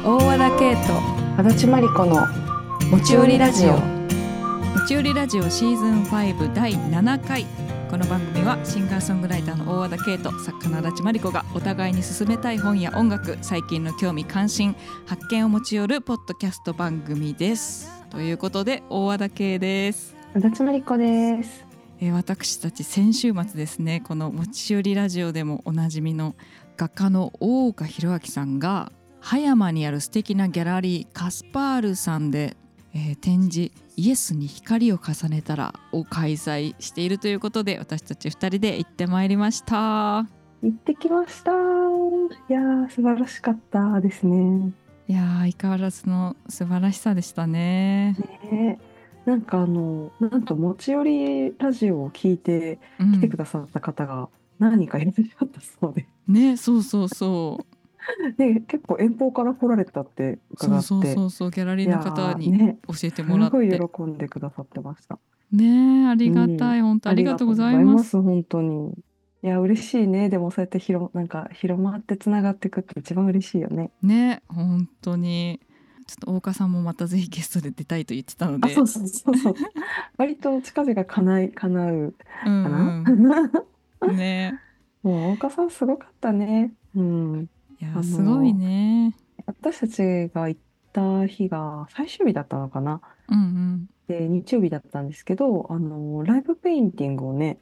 ケイト足立真理子の持ち寄りラジオ持ち寄りラジオシーズン5第7回この番組はシンガーソングライターの大和田圭と作家の足立真理子がお互いに勧めたい本や音楽最近の興味関心発見を持ち寄るポッドキャスト番組ですということで大和田圭です、足立真理子ですえー私たち先週末ですねこの持ち寄りラジオでもおなじみの画家の大岡博明さんが葉山にある素敵なギャラリーカスパールさんで、えー展示「イエスに光を重ねたら」を開催しているということで私たち2人で行ってまいりました行ってきましたいやー素晴らしかったですねいやー相変わらずの素晴らしさでしたね。ねなんかあのなんと持ち寄りラジオを聞いてうん来てくださった方が何人かいらっしゃったそうで、ねそうそうそうで結構遠方から来られたって伺そっうてそうそうそうギャラリーの方いやにーね教えてすもらってごい喜んでくださってましたねえありがたい、本当ありがとうございます。ありがとうございます本当にいや嬉しいねでもそうやって広なんか広まってつながっていくって一番嬉しいよねね本当にちょっと大岡さんもまたぜひゲストで出たいと言ってたのあでそうそうそうそう割と近々叶い叶ううんかな、 うん、ねもう大岡さんすごかったねうん いやあのすごいね私たちが行った日が最終日だったのかなうんで日曜日だったんですけどあのライブペインティングをね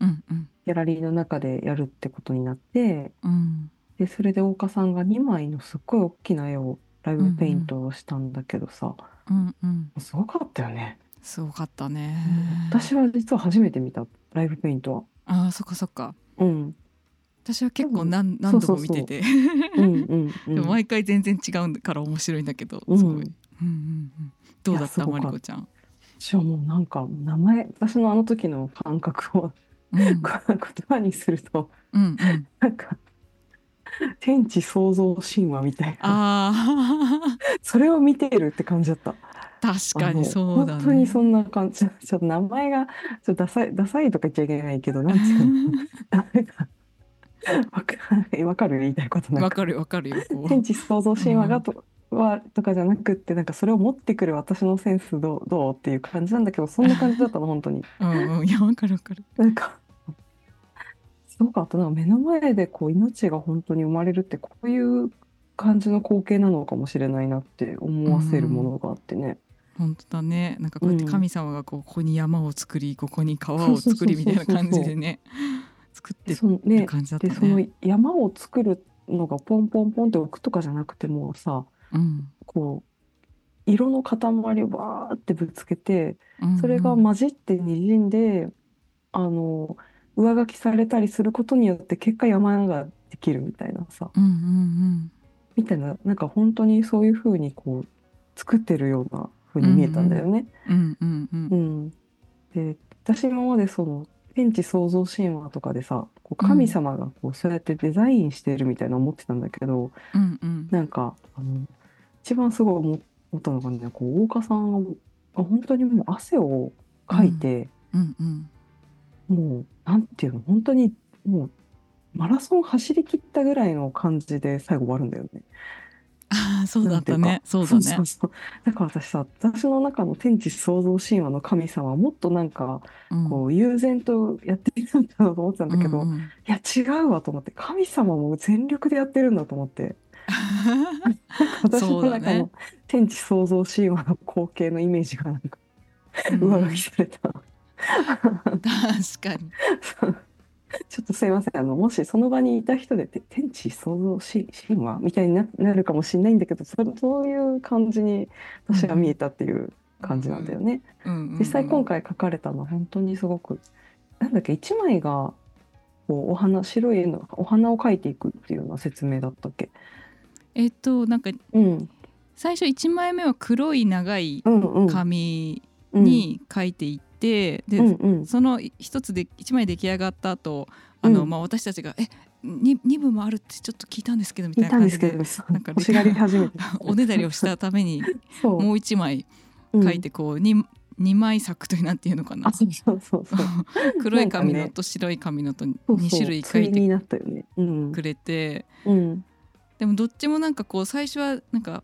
うんうんうんギャラリーの中でやるってことになってうんでそれで大岡さんが2枚のすっごい大きな絵をライブペイントをしたんだけどさ、うんうんすごかったよね、すごかったね私は実は初めて見たライブペイントはあーそっかそっかうん私は結構何多分何度そうもそう見そうててうんうんう んでも毎回全然違うから面白いんだけどすごうい、んうんうんうん、どうだっいたやすごまかったりこちゃん、私はもうなんか名前私のあの時の感覚をうん、うん言葉にするとうんなんか天地創造神話みたいなあー それを見てるって感じだった確かあのにそうだね本当にそんな感じちょちょっと名前がちょっとダサいダサいとか言っちゃいけないけどなんていうのなんかわかんないわかる言いたいことな んわかかるわかるよ。こう天地創造神話がと,、はとかじゃなくってなんかそれを持ってくる私のセンスどうどうっていう感じなんだけどそんな感じだったの本当にうんうん、いや、わかるわかる。なんかすごかったなんか目の前でこう命が本当に生まれるってこういう感じの光景なのかもしれないなって思わせるものがあってね、本当だね。なんかこうやってうん神様がこうここに山を作り、ここに川を作りそうみたそうそうそういな感じでね。作ってそのるね感じだったでそのね。山を作るのがポンポンポンって置くとかじゃなくてもうさうんこう色の塊をバーってぶつけてうんうんそれが混じって滲んで、あの上書きされたりすることによって結果山ができるみたいなさうんうんみたいななんか本当にそういう風にこう作ってるような風に見えたんだよね。うん。うんうんうんう。んで私今までその天地創造神話とかでさこううん神様がこうそうやってデザインしてるみたいな思ってたんだけど、うんうん。なんかあの一番すごい思思ったのがねこう大岡さんが本当にもう汗をかいて。うんうん。もうなんていうの本当にもうマラソン走り切ったぐらいの感じで最後終わるんだよね。ああ、そうだなっんていたうかね。そうだね。そうそうだから私さ私の中の天地創造神話の神様はもっとなんかうんこう悠然とやってるんだなと思ってたんだけど、うんいうんや違うわと思って神様も全力でやってるんだと思って私そのうだ中ねの天地創造神話の光景のイメージがなんか上書きさ れた。うん確かに。そうちょっとすいませんあのもしその場にいた人でて天地創造し神話みたいにななるかもしれないんだけどそれそういう感じに私が見えたっていう感じなんだよね、うんうん実際今回描かれたのは本当にすごくなんだっけ一枚がこうお花白い絵のお花を描いていくっていうような説明だったっけ、えっと、なんかうん、最初一枚目は黒い長いうんうん紙うんに書いていって、で、うんうんその一つで一枚出来上がった後あの、うんまあ私たちが「えに二部もあるってちょっと聞いたんですけど」みたい見なたん感でじすけでどなんか欲しがり始めて おねだりをしたために そうもう一枚うん書いてこうに二枚作というなんていうのかなあそうそうそうそう 黒い紙なんのかねと白い紙のとそう2種類そ書うい対てになったよねうんくれてうんでもどっちもなんかこう最初はなんか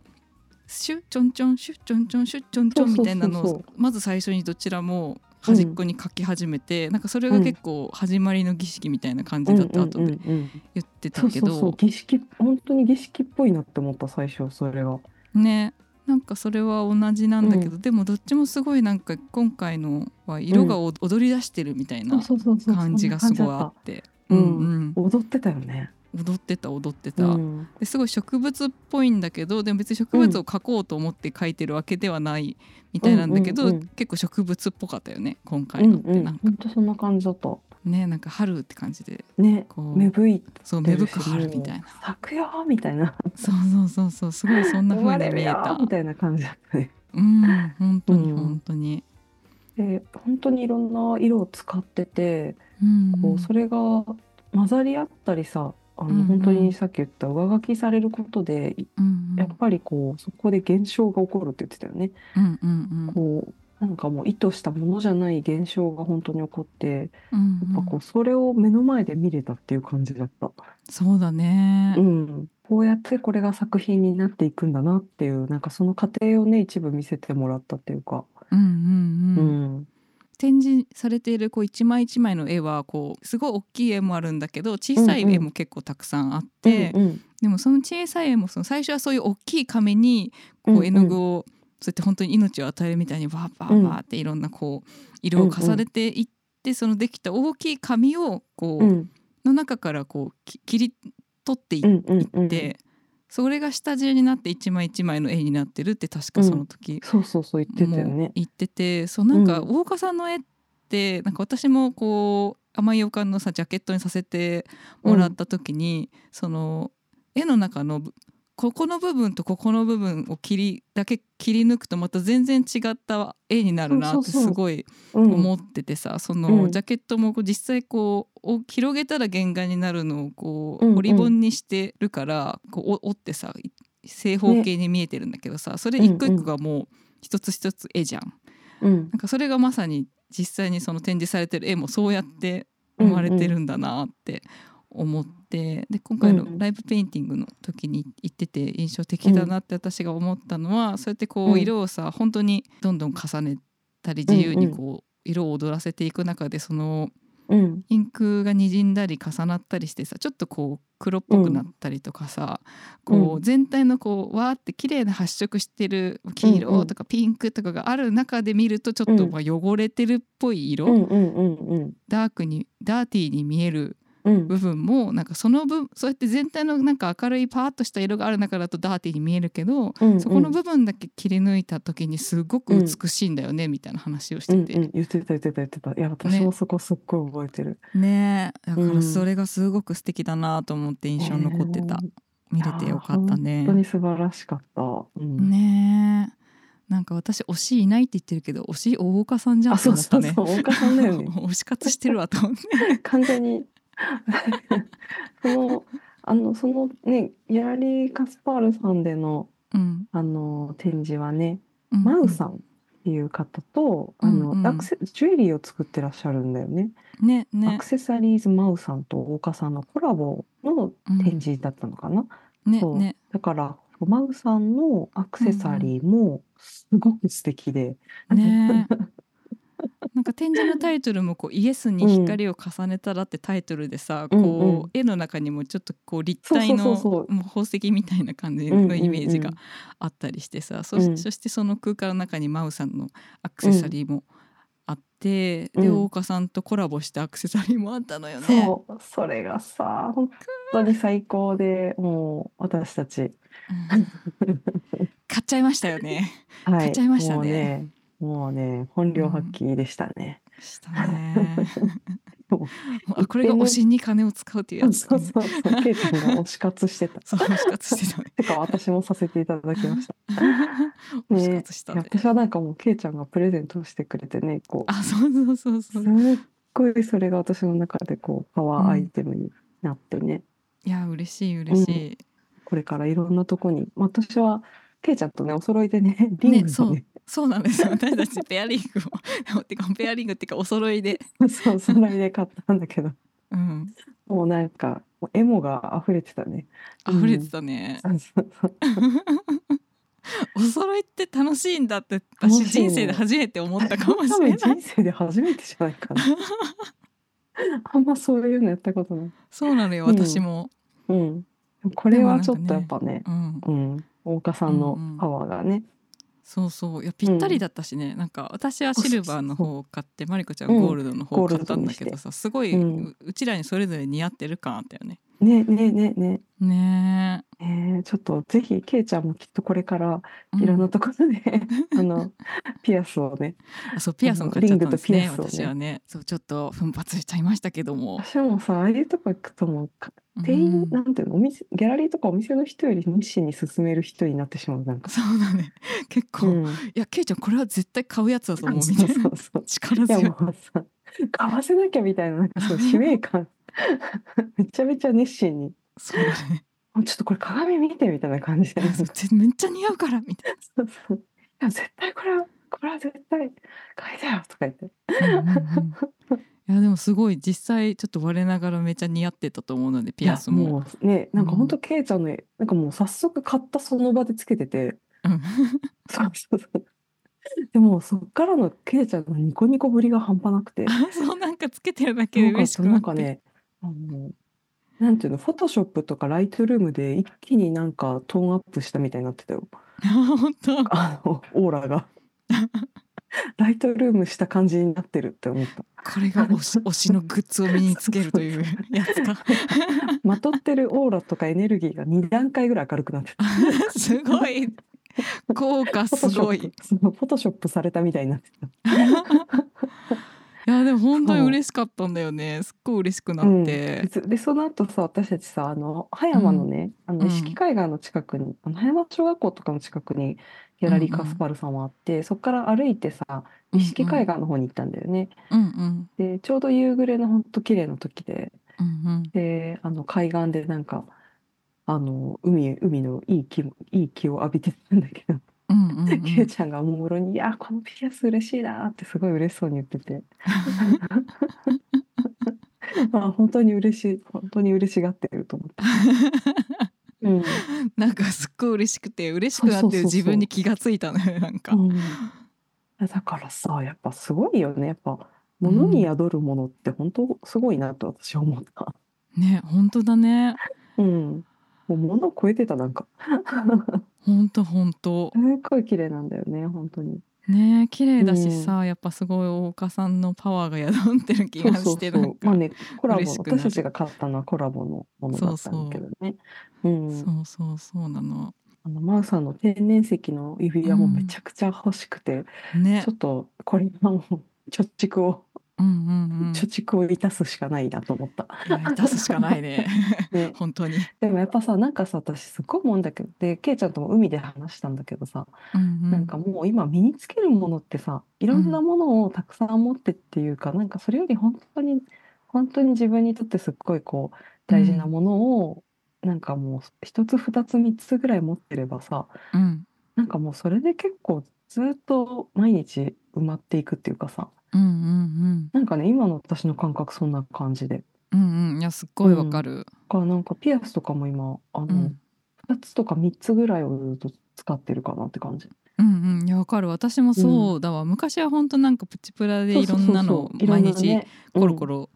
シュッちょんちょんシュッちょんちょんシュッちょんちょんみたいなのそうそをうそまず最初にどちらも端っこに書き始めて、なんかそれが結構始まりの儀式みたいな感じだった後うんうでんうんうん言ってそたうけそうそうど儀式本当に儀式っぽいなって思った最初それが。ねなんかそれは同じなんだけど、でもどっちもすごいなんか今回のは色がお踊り出してるみたいなそうそうそうそう感じがすそんごいなあ感っじて。そうんな感じだっんただった踊ってたよね。うん、踊ってた踊ってた、うんですごい植物っぽいんだけどでも別に植物を描こうと思って描いてるわけではないみたいなんだけど、うんうんうん結構植物っぽかったよね今う回んのって、うんなんか本当そんな感じだった。ねなんか春って感じでねこう芽吹いてそうる芽し吹く春みたいなもう桜みたいな そうそうそうそうすごいそんな生ま風れに見るえよたみたいな感じだったね。うん本当にうん本当に、で本当にいろんな色を使っててうんこうそれが混ざり合ったりさあうんうのん本当にさっき言った上書きされることでうんやっぱりこうそこで現象が起こるって言ってたよね。うんうんうんこうなんかもう意図したものじゃない現象が本当に起こってうんやっぱうこんうそれを目の前で見れたっていう感じだった。そうだね、うん、こうやってこれが作品になっていくんだなっていうなんかその過程をね一部見せてもらったっていうか。うんうんううんん展示されているこう一枚一枚の絵はこうすごい大きい絵もあるんだけど小さい絵も結構たくさんあって、うんでもその小さい絵もその最初はそういう大きい紙にこうんううん絵の具をそうやって本当に命を与えるみたいにバーバーバーっていろんなこう色を重ねていってそのできた大きい紙をこううんの中からこうき切り取っていうんっうんうんてそれが下地になって一枚一枚の絵になってるって確かその時そうそうそう言ってたよもうね。言っててそうなんかう大岡さんの絵ってなんか私もこう甘い予感のさジャケットにさせてもらった時に、その絵の中のぶここの部分とここの部分を切りだけ切り抜くとまた全然違った絵になるなそっうてそうそうすごいうん思っててさそのうんジャケットもこう実際こうお広げたら原画になるのをこうんううん折り本にしてるからこうお折ってさい正方形に見えてるんだけどさそれ一個一個がもう一つ一つ絵じゃん。うんなんかそれがまさに実際にその展示されてる絵もそうやって生まれてるんだなって思って、で今回のうんうんライブペインティングの時に行ってて印象的だなって私が思ったのは、そうやってこううん色をさ本当にどんどん重ねたり自由にこう色を踊らせていく中でそのうんインクがにじんだり重なったりしてさちょっとこう黒っぽくなったりとかさ、うんこう全体のこうわーって綺麗な発色してる黄うんう色んとかピンクとかがある中で見るとちょっとうんまあ汚れてるっぽい色、うんうんうんうんダークにダーティーに見えるうん部分もなんかその分そうやって全体のなんか明るいパーッとした色がある中だとダーティーに見えるけど、うんそこの部分だけ切り抜いた時にすごく美しいんだよね、みたいな話をしてて、うんうん、言ってた言ってた言ってたいや私もそこすっごい覚えてる、ねえだかうらんそれがすごく素敵だなと思って印象に残ってた、見れてよかったいやーね本当に素晴らしかった、うんねえなんか私推しいないって言ってるけど推し大岡さんじゃんあってそ思うっそたうねそう大岡さんだよね 推し活してるわと思って完全にそのあのそのねギャラリー・カスパールさんでのうんあの展示はね、うんマウさんっていう方と、あのうんうんアクセジュエリーを作ってらっしゃるんだよねねアねクセサリーズマウさんと大岡さんのコラボの展示だったのかな、ねそうねだからマウさんのアクセサリーもすごく素敵で、ねなんか展示のタイトルもこう「イエスに光を重ねたら」ってタイトルでさ、うんこううん絵の中にもちょっとこう立体のそうそうそうそうもう宝石みたいな感じうんうんうのんイメージがあったりしてさ、そしうんそしてその空間の中にマウさんのアクセサリーもあって、うんでうん大岡さんとコラボしたアクセサリーもあったのよね。そうそれがさ本当に最高でもう私たちうん買っちゃいましたよね。はい買っちゃいましたねもうねもうね本領発揮でしたね、した ね。そうもうあこれが推しに金を使うというやつ、そうそうそうケイちゃんが推し活し てたそう推し活してたね。てか私もさせていただきま した推し活したいやね。私はなんかもうケイちゃんがプレゼントしてくれてねこうあ、そうそうそうそすうっ。ごいそれが私の中でこうパワーアイテムになってね、いや、嬉しい、嬉しい。これからいろんなとこに、まあ、私はケイちゃんとねお揃いでねリングをねそうそうなんですよ。私たちペアリングを、 てか、ペアリングっていうか、お揃いで。そうお揃いで買ったんだけどうん、もうなんかも うエモが溢れてたね。溢れてたね。そうそうそうお揃いって楽しいんだって楽し私い人生で初めて思ったかもし多れ分ない人生で初めてじゃないかなあんまそういうのやったことない、そうなのようん私も、うん、でもこれはでちょもっなんかねとやっぱねうん、うん大岡さんのうんうんパワーがね、そうそういやぴったりだったしね、なんか私はシルバーの方を買ってマリコちゃんはゴールドの方を買ったんだけどさ、すごい、ううんうちらにそれぞれ似合ってる感あったよね。ねねねねねえーちょっとぜひけいちゃんもきっとこれからえ、うんいろんなところで、 あのピアスをねあそうピアソン買っちゃったんですリねングとピアスをね私はねそうちょっと奮発しちゃいましたけども私はもうさああいうとこ行くともうか店員、うんなんていうのお店ギャラリーとかお店の人より熱心に勧める人になってしまうなんか、そうだね結構、いん、やケイちゃんこれは絶対買うやつだと思うみたそいうなそうそう力いや強いもうさ買わせなきゃみたいななんかそう使命 感めちゃめちゃ熱心にそうだね 「もうちょっとこれ鏡見て」みたいな感じでなんかそうぜめっちゃ似合うからみたいそうそういや絶対これはこれは絶対買いだよとか言って な、うんうんうんいやでもすごい実際ちょっと我ながらめっちゃ似合ってたと思うのでピアスいやももうねなんかうんほんとけいちゃんの、なんかもう早速買ったその場でつけててうん そうそうそうでもそっからのけいちゃんのニコニコぶりが半端なくてそうなんかつけてるだけでなんか嬉しそくうななっんかてねあのなんていうのフォトショップとかライトルームで一気になんかトーンアップしたみたいになってたよ 本当あのオーラ がライトルームした感じになってるって思ったこれ が推し推しのグッズを身につけるというやつかまとってるオーラとかエネルギーが2段階ぐらい明るくなってたすごい効果フォすトショッごプ いそのフォトショップされたみたいになってたいやでも本当にそう嬉しかったんだよねすっごい嬉しくなうんって、ででその後さ私たちさあの葉山のね、あうのん意識海岸の近くに、あの葉山小学校とかの近くにギャラリーカスパルさんはあって、そこから歩いてさうん意識海岸の方に行ったんだよね。うんうんでちょうど夕暮れのほんと綺麗な時でうんであの海岸でなんかあの海海のいい気もいい気を浴びてたんだけど、うんうんうんうケイんちゃんがおもむろに「いやーこのピアス嬉しいな」ってすごい嬉しそうに言っ てて。あ本当に嬉しい本当に嬉しがってると思って。うん なんかすっごい嬉しくて嬉しくなってる自分に気がついたのよなんか、うん、だからさやっぱすごいよねやっぱ物に宿るものって本当すごいなと私は思った。ね本当だねうん、もう物を超えてたなんか本当本当すっごい綺麗なんだよね本当に。ね綺麗だしさ、やっぱすごい大岡さんのパワーが宿ってる気がそうしてそうなそんうかまあねコラボ嬉しくなる私たちが買ったのはコラボのものだったんだけどね。うん、そうそうそうなのあのマウさんの天然石の指輪もめちゃくちゃ欲しくて、ねちょっとこれはもう貯蓄を、うんうんうん貯蓄を満たすしかないなと思った。いや出すしかない ね ね、本当に、でもやっぱさなんかさ私すごい思うんだけどでケイちゃんとも海で話したんだけどさ、うんうん、なんかもう今身につけるものってさいろんなものをたくさん持ってっていうか、なんかそれより本当に本当に自分にとってすっごいこう大事なものを、なんかもう一つ二つ三つぐらい持ってればさうんなんかもうそれで結構ずっと毎日埋まっていくっていうかさうんうんなんかね今の私の感覚そんな感じでうんうんうんいやすっごいわかる、だからなんかピアスとかも今あの、うん2つとか3つぐらいをずっと使ってるかなって感じ。うんうんいやわかる私もそうだわ、昔は本当なんかプチプラでいろんなのそうそうそうそういろ毎んな日ねコロコロ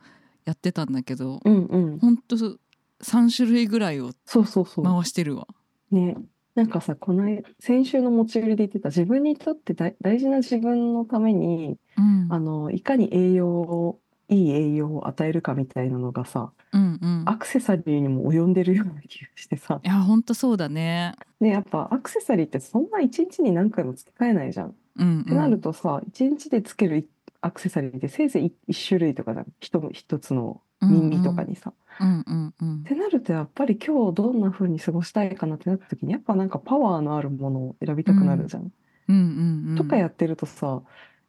やってたんだけど、うんうん、本当三種類ぐらいをそうそうそ回してるわ、う。ね。なんかさこの間先週の持ち寄りで言ってた自分にとって大大事な自分のためにうん、あのいかに栄養をいい栄養を与えるかみたいなのがさうんうんアクセサリーにも及んでるような気がしてさ、いや本当そうだねね、やっぱアクセサリーってそんな一日に何回も付け替えないじゃん。うんってうんなるとさ、一日でつけるアクセサリーってせいぜい一種類とかじゃん。一つ一つの耳とかにうさ。んうんうんってなるとやっぱり今日どんな風に過ごしたいかなってなった時にやっぱなんかパワーのあるものを選びたくなるじゃん。うんうんうんとかやってるとさ、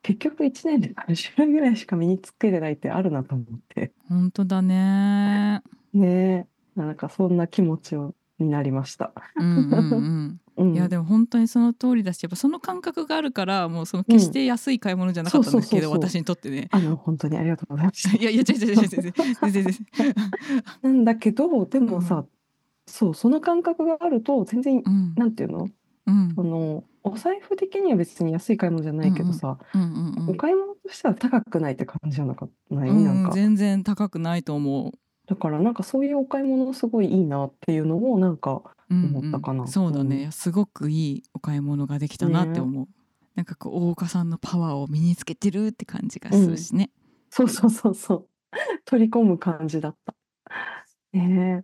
結局1年で3種類ぐらいしか身につけてないってあるなと思って。本当だねねえ。なんかそんな気持ちをになりました。うんうんうんうん、いやでも本当にその通りだしやっぱその感覚があるからもうその決して安い買い物じゃなかったんだけど、うんそうそうそうそう私にとってねあの本当にありがとうございまし た。いやいや違う違う違う違う全然全然なんだけどでもさ、うそうその感覚があると全然うんなんていうのうんそのお財布的には別に安い買い物じゃないけどさ、うんうんうんお買い物としては高くないって感じじゃなかったない、なんうん、か全然高くないと思う。だからなんかそういうお買い物すごいいいなっていうのをなんかうん思ったかなうんそうだね、すごくいいお買い物ができたなって思う。なんかこう大岡さんのパワーを身につけてるって感じがするしね。そうそうそうそう 取り込む感じだった。ねえ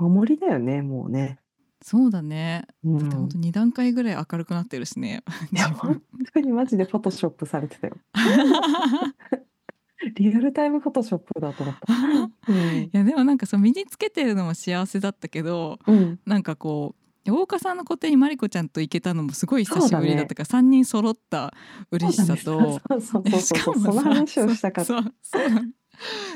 守りだよねもうね。そうだね。うん、だって本当二段階ぐらい明るくなってるしね。い 自や分本当にマジでフォトショップされてたよ。リアルタイムフォトショップだと思った。 うん いやでもなんかそう身につけてるのも幸せだったけど、うん、なんかこう大岡さんの個展にマリコちゃんと行けたのもすごい久そうしだねぶりだったから、三人揃った嬉しさと。そうえだねしそうかそうそうそうもさその話をしたかった。そうそうなの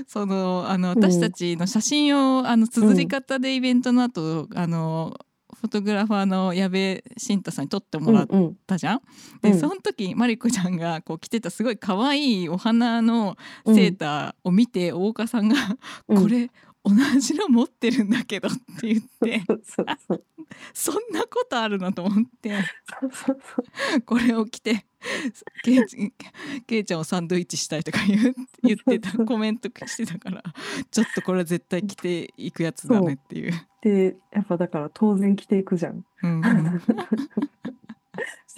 そのあのうん私たちの写真を、あの綴り方でイベントの後、あのフォトグラファーの矢部慎太さんに撮ってもらっうんうんたじゃん。うでんその時マリコちゃんがこう着てたすごい可愛いお花のセーターを見て、大岡さんが「うんこれ同じの持ってるんだけど」って言ってそうそうそうそんなことあるなと思ってそうそうそうこれを着てけいちけいちゃんをサンドイッチしたいとか言う言ってたコメントしてたからちょっとこれは絶対着ていくやつだねっていう。でやっぱだから当然着ていくじゃん。うんじ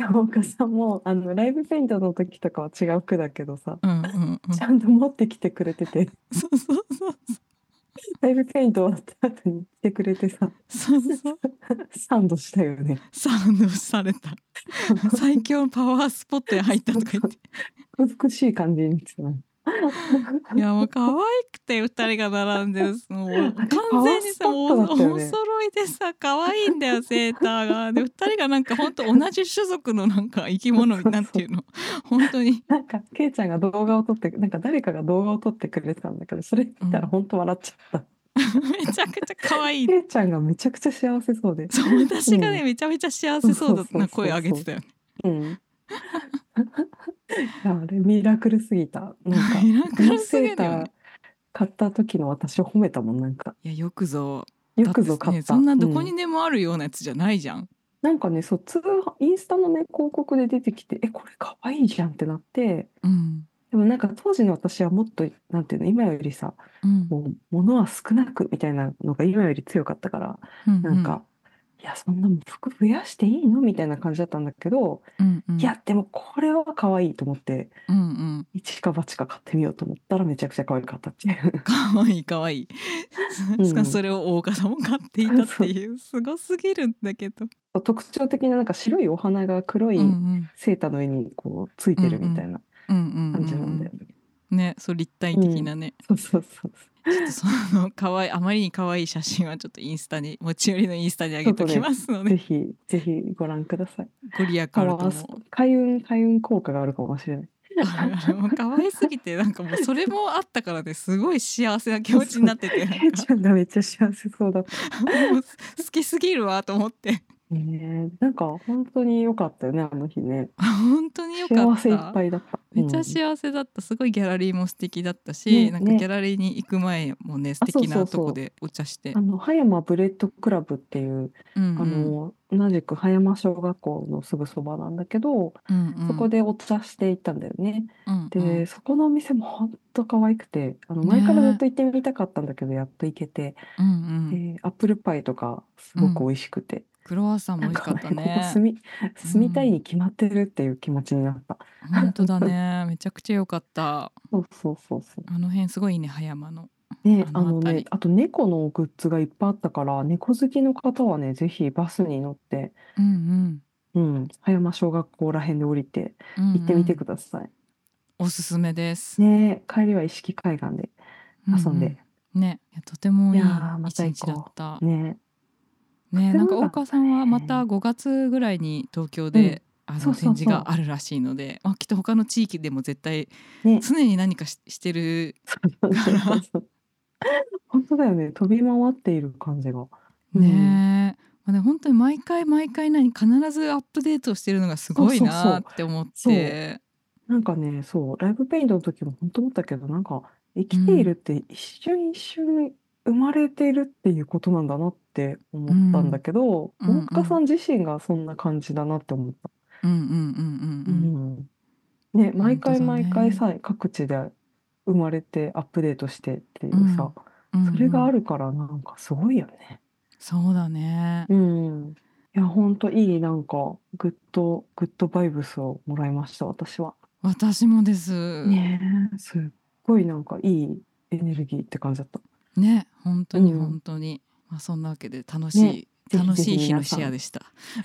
ゃあ岡さんもあのライブペイントの時とかは違う服だけどさうんうんうんちゃんと持ってきてくれててそうそうそうライブペイント終わった後に着てくれてさそうそうそうサンドしたよね。サンドされた最強パワースポットに入ったとか言って美しい感じにしてない。いやもう可愛くて二人が並んでるもう完全にさパワースポットだったよおね揃いでさ可愛いんだよセーターがで二人がなんか本当同じ種族のなんか生き物になんていう の本当になんかケイちゃんが動画を撮ってなんか誰かが動画を撮ってくれてたんだけどそれ見たうんら本当笑っちゃっめちゃくちゃ可愛た。いケイちゃんがめちゃくちゃ幸せそうで。そう私がね、うめちゃめちゃ幸せそうだそうそうそうそなう声上げてたよね。うん。いやあれミラクルすぎた。なんか。ミラクこのルすぎセるータよねー。買った時の私を褒めたもんなんかいやよくぞよくぞだって買っね、たそんなどこうにでもあるようなやつじゃないじゃん。なんかねそう通販インスタのね広告で出てきてえこれ可愛いじゃんってなってうん。でもなんか当時の私はもっとなんていうの今よりさうん。もう物は少なくみたいなのが今より強かったからうんなん。か、いやそんなもう服増やしていいのみたいな感じだったんだけど、うんうん。いやでもこれは可愛いと思ってうんうん。一か八か買ってみようと思ったらめちゃくちゃ可愛かったっていう。 可愛い可愛い。うんそれを大岡さんも買っていたっていうすごすぎるんだけど。特徴的ななんか白いお花が黒いうんうん。セーターの上にこうついてるみたいなうんうんうん感じなんだよね。ね、そう立体的なね、そうそうそうちょっとその 可愛いあまりに可愛い写真はちょっとインスタに持ち寄りのインスタに上げときますのそう。ぜで、ひぜひご覧ください。ご利益あるパとワー思スう。開運開運効果があるかもしれない。あるあるもう可愛すぎてなんかもうそれもあったからねすごい幸せな気持ちになっててなんケイちかゃんがめっちゃ幸せそうだった。もう好きすぎるわと思ってねえなんか本当に良かったよねあの日ね。本当によか幸っせいったぱいだった。めっちうゃん幸せだったすごいギャラリーも素敵だったし、ねなんかねギャラリーに行く前もね素あそう敵そなうそうとこでお茶してあの葉山ブレッドクラブっていう、うんあの同じく葉山小学校のすぐそばなんだけど、うんうんそこでお茶していったんだよね。うんで、うんそこのお店も本当可愛くて、あの前からずっと行ってみたかったんだけど、やっと行けて、うんうんでアップルパイとかすごく美味しくて、クロワッサンもな美ん味しかかっねたここね住み住みたいに決まってるっていう気持ちになった。本当だねめちゃくちゃ良かったそうそうそうそう。あの辺すごいいいね葉山のね、ああのの辺ねり、あと猫のグッズがいっぱいあったから、猫好きの方はね、ぜひバスに乗って、うんうんうん、葉山小学校ら辺で降りてうんうん行ってみてください。おすすめです、ねえ、帰りは意識海岸で遊んで。ね、いやとてもいいいやーま一た行日だこうった。ねね、となんてもか大良かった川さんはまた5月ぐらいに東京で、あのそうそうそう展示があるらしいので、まあきっと他の地域でも絶対え、ねえ、常に何かししてる そうそうそ うそう。本当だよね、飛び回っている感じが。うんね。まあね本当に毎回毎回何必ずアップデートしてるのがすごいそうなそうーって思って。なんかね、そう、ライブペイントの時も本当思ったけど、なんか生きているって一瞬一瞬生まれているっていうことなんだなって思ったんだけど、うんうんうん大塚さん自身がそんな感じだなって思った。うんうんうんうんうん。うんね、毎回本当だね毎回さ、各地で生まれてアップデートしてっていうさ、うんうんそれがあるからなんかすごいよね。そうだね。うん。いや、ほんといい、なんか、グッド、グッドバイブスをもらいました、私は。私もです。ねえ、すっごいなんかいいエネルギーって感じだった。ね本当にうん本当に、まあそんなわけで楽しい、ぜひぜひ楽しい日の皆さシんェアで した。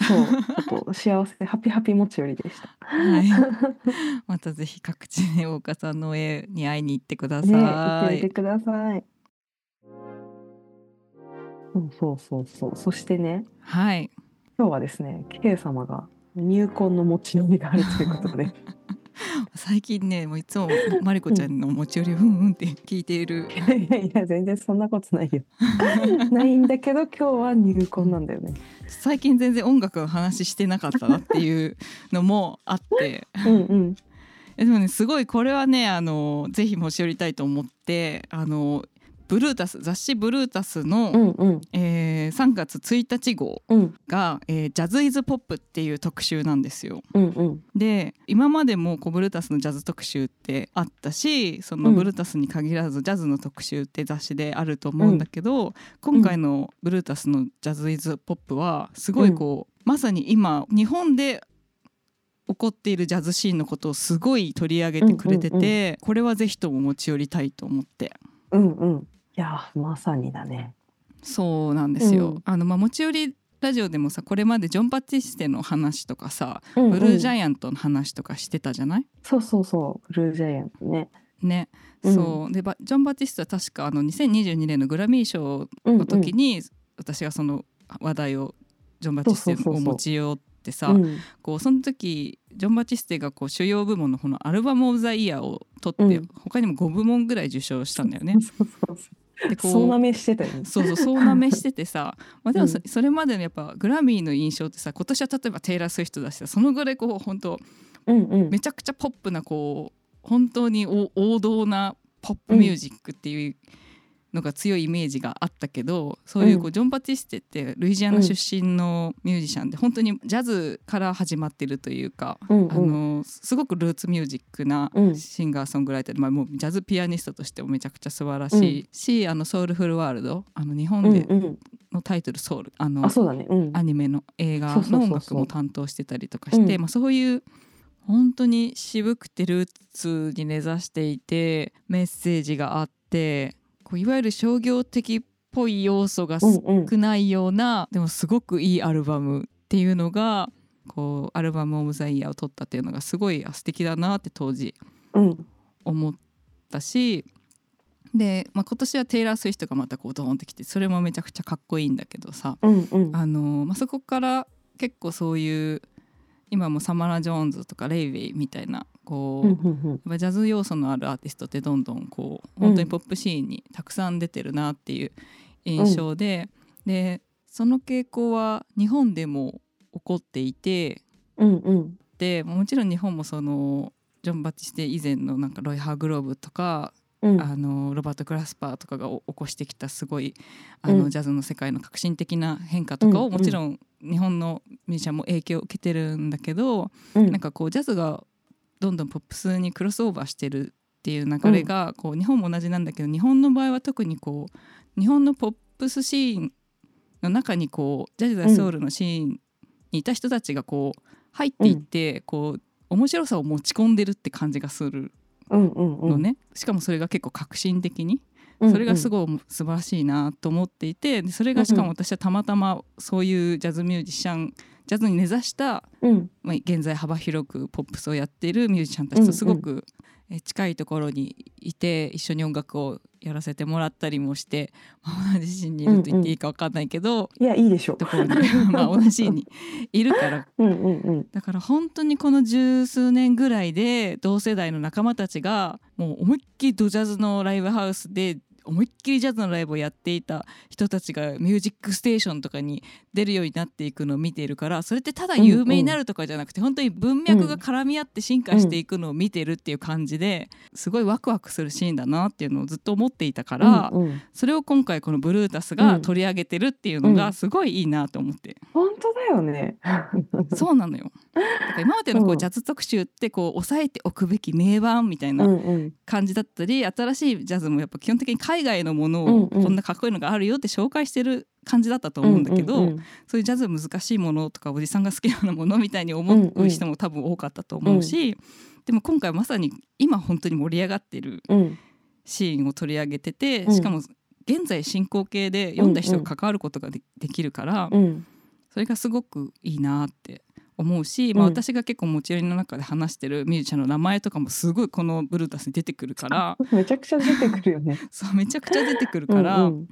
そう、ちょっと幸せ、ハピハピ持ちよりでした。はい。またぜひ各地で大岡さんの絵に会いに行ってくだねえ、さ行ってい。みてください。そうそうそうそう。そしてね、はい。今日はですね、K 様が入婚の持ち寄りがあるということで、最近ねもういつもマリコちゃんの持ち寄りうんうんって聞いている。いやいや、全然そんなことないよ。ないんだけど、今日は入婚なんだよね。最近全然音楽の話してなかったなっていうのもあって。 うんうん。えでもねすごいこれはねあのぜひ持ち寄りたいと思ってあのブルータス雑誌「ブルータスの」うんうん。えー3月1日号うんが、えージャズ・イズ・ポップ」っていう特集なんですよ。うんうん。で今までもこうブルータスのジャズ特集ってあったしそのうんブルータスに限らずジャズの特集って雑誌であると思うんだけど、今回の「ブルータスのジャズ・イズ・ポップ」はすごいこう、まさに今日本で起こっているジャズシーンのことをすごい取り上げてくれてて、うんうんこれはぜひとも持ち寄りたいと思って。うんうん。いやー、まさにだね。そうなんですよ、うんあのまあ持ち寄りラジオでもさこれまでジョン・バティステの話とかさ、ブブルージャイアンイアントの話とかしてたじゃないそうそうそう、ブルージャイアントね。ね、うんそうでバジョン・バティスタは確かあの2022年のグラミー賞うんうんの時に、私がその話題をジョン・バティステそうそうそうをそう持ち寄ってさうんこうその時ジョン・バティステがこう主要部門のこのアルバム・オブ・ザ・イヤーを取って、うん他にも5部門ぐらい受賞したんだよ ね。そうそうそでう。そうこなうめしてたよね。そうそうそうなめしててさまあでもそ,、うれまでのやっぱグラミーの印象ってさ今年は例えばテイラー・スウィフトだしさそのぐらいこう本当うんうん。めちゃくちゃポップなこう本当にお王道なポップミュージックっていうのが強いイメージがあったけどそういうこううジョン・バティステってルイジアナ出身のミュージシャンで本当にジャズから始まってるというか、うんうんあのすごくルーツミュージックなうんシンガーソングライターで、まあ、もうジャズピアニストとしてもめちゃくちゃ素晴らしいし「あのソウルフルワールド」あの日う本んでうん。のタイトル「ソウル」あのあ、そうだね。うん。アニメの映画そうそうそのうそう音楽も担当してたりとかしてうんまあ、そういう本当に渋くてルーツに根ざしていてメッセージがあってこういわゆる商業的っぽい要素がうん少うん。ないような、でもすごくいいアルバムっていうのがこうアルバム・オブ・ザ・イヤーを取ったっていうのがすごいあ素敵だなって当時うん。思ったし。で、まあ、今年はテイラー・スウィフトがまたこうドーンってきてそれもめちゃくちゃかっこいいんだけどさ、うんうん。あのまあ、そこから結構そういう今もサマラ・ジョーンズとかレイウェイみたいなこうう、んやっうんぱジャズ要素のあるアーティストってどんどんこううん本当にポップシーンにたくさん出てるなっていう印象で、でその傾向は日本でも起こっていてうん。うんうん。でもちろん日本もそのジョン・バティステ以前のなんかロイ・ハーグローブとかうんあのロバート・グラスパーとかがお起こしてきたすごいあの、うんジャズの世界の革新的な変化とかを、うんもちろん日本のミュージシャンも影響を受けてるんだけど、うんなんかこうジャズがどんどんポップスにクロスオーバーしてるっていう流れが、こう日本も同じなんだけど日本の場合は特にこう日本のポップスシーンの中にこうジャズやソウルのシーンにいた人たちがこう入っていって、こう面白さを持ち込んでるって感じがするうんうんうん。のね、しかもそれが結構革新的にうんうん。それがすごごい素晴らしいなと思っていてでそれがしかも私はたまたまそういうジャズミュージシャンジャズに根ざした、うん。まあ、現在幅広くポップスをやっているミュージシャンたちとすごくえ近いところにいて一緒に音楽をやらせてもらったりもして、まあ、同じシーンにいると言っていいか分かんないけど、いや、いいでしょところにまあ同じシーンにいるからう。うんうんうん。だから本当にこの十数年ぐらいで同世代の仲間たちがもう思いっきりドジャズのライブハウスで思いっきりジャズのライブをやっていた人たちが「ミュージックステーション」とかに出るようになっていくのを見ているからそれってただ有名になるとかじゃなくて、本当に文脈が絡み合って進化していくのを見てるっていう感じですごいワクワクするシーンだなっていうのをずっと思っていたから、うんうんそれを今回この「ブルータス」が取り上げてるっていうのがすごいいいなと思って。本当だよね。そうなのよ。だから今までのこううんジャズ特集ってこう抑えておくべき名盤みたいなうんうん感じだったり、新しいジャズもやっぱ基本的に海外のものうんをうんこんなかっこいいのがあるよって紹介してる感じだったと思うんだけど、ううんそういうジャズ難しいものとかおじさんが好きなものみたいに思う人も多分多かったと思うし、でも今回まさに今本当に盛り上がってるうんシーンを取り上げてて、うんしかも現在進行形で読んだ人が関わることがでできるから、うんそれがすごくいいなって思うし、まあ、うん私が結構持ち寄りの中で話してるミュージシャンの名前とかもすごいこのブルータスに出てくるからめちゃくちゃ出てくるよね。 そうめちゃくちゃ出てくる から、うん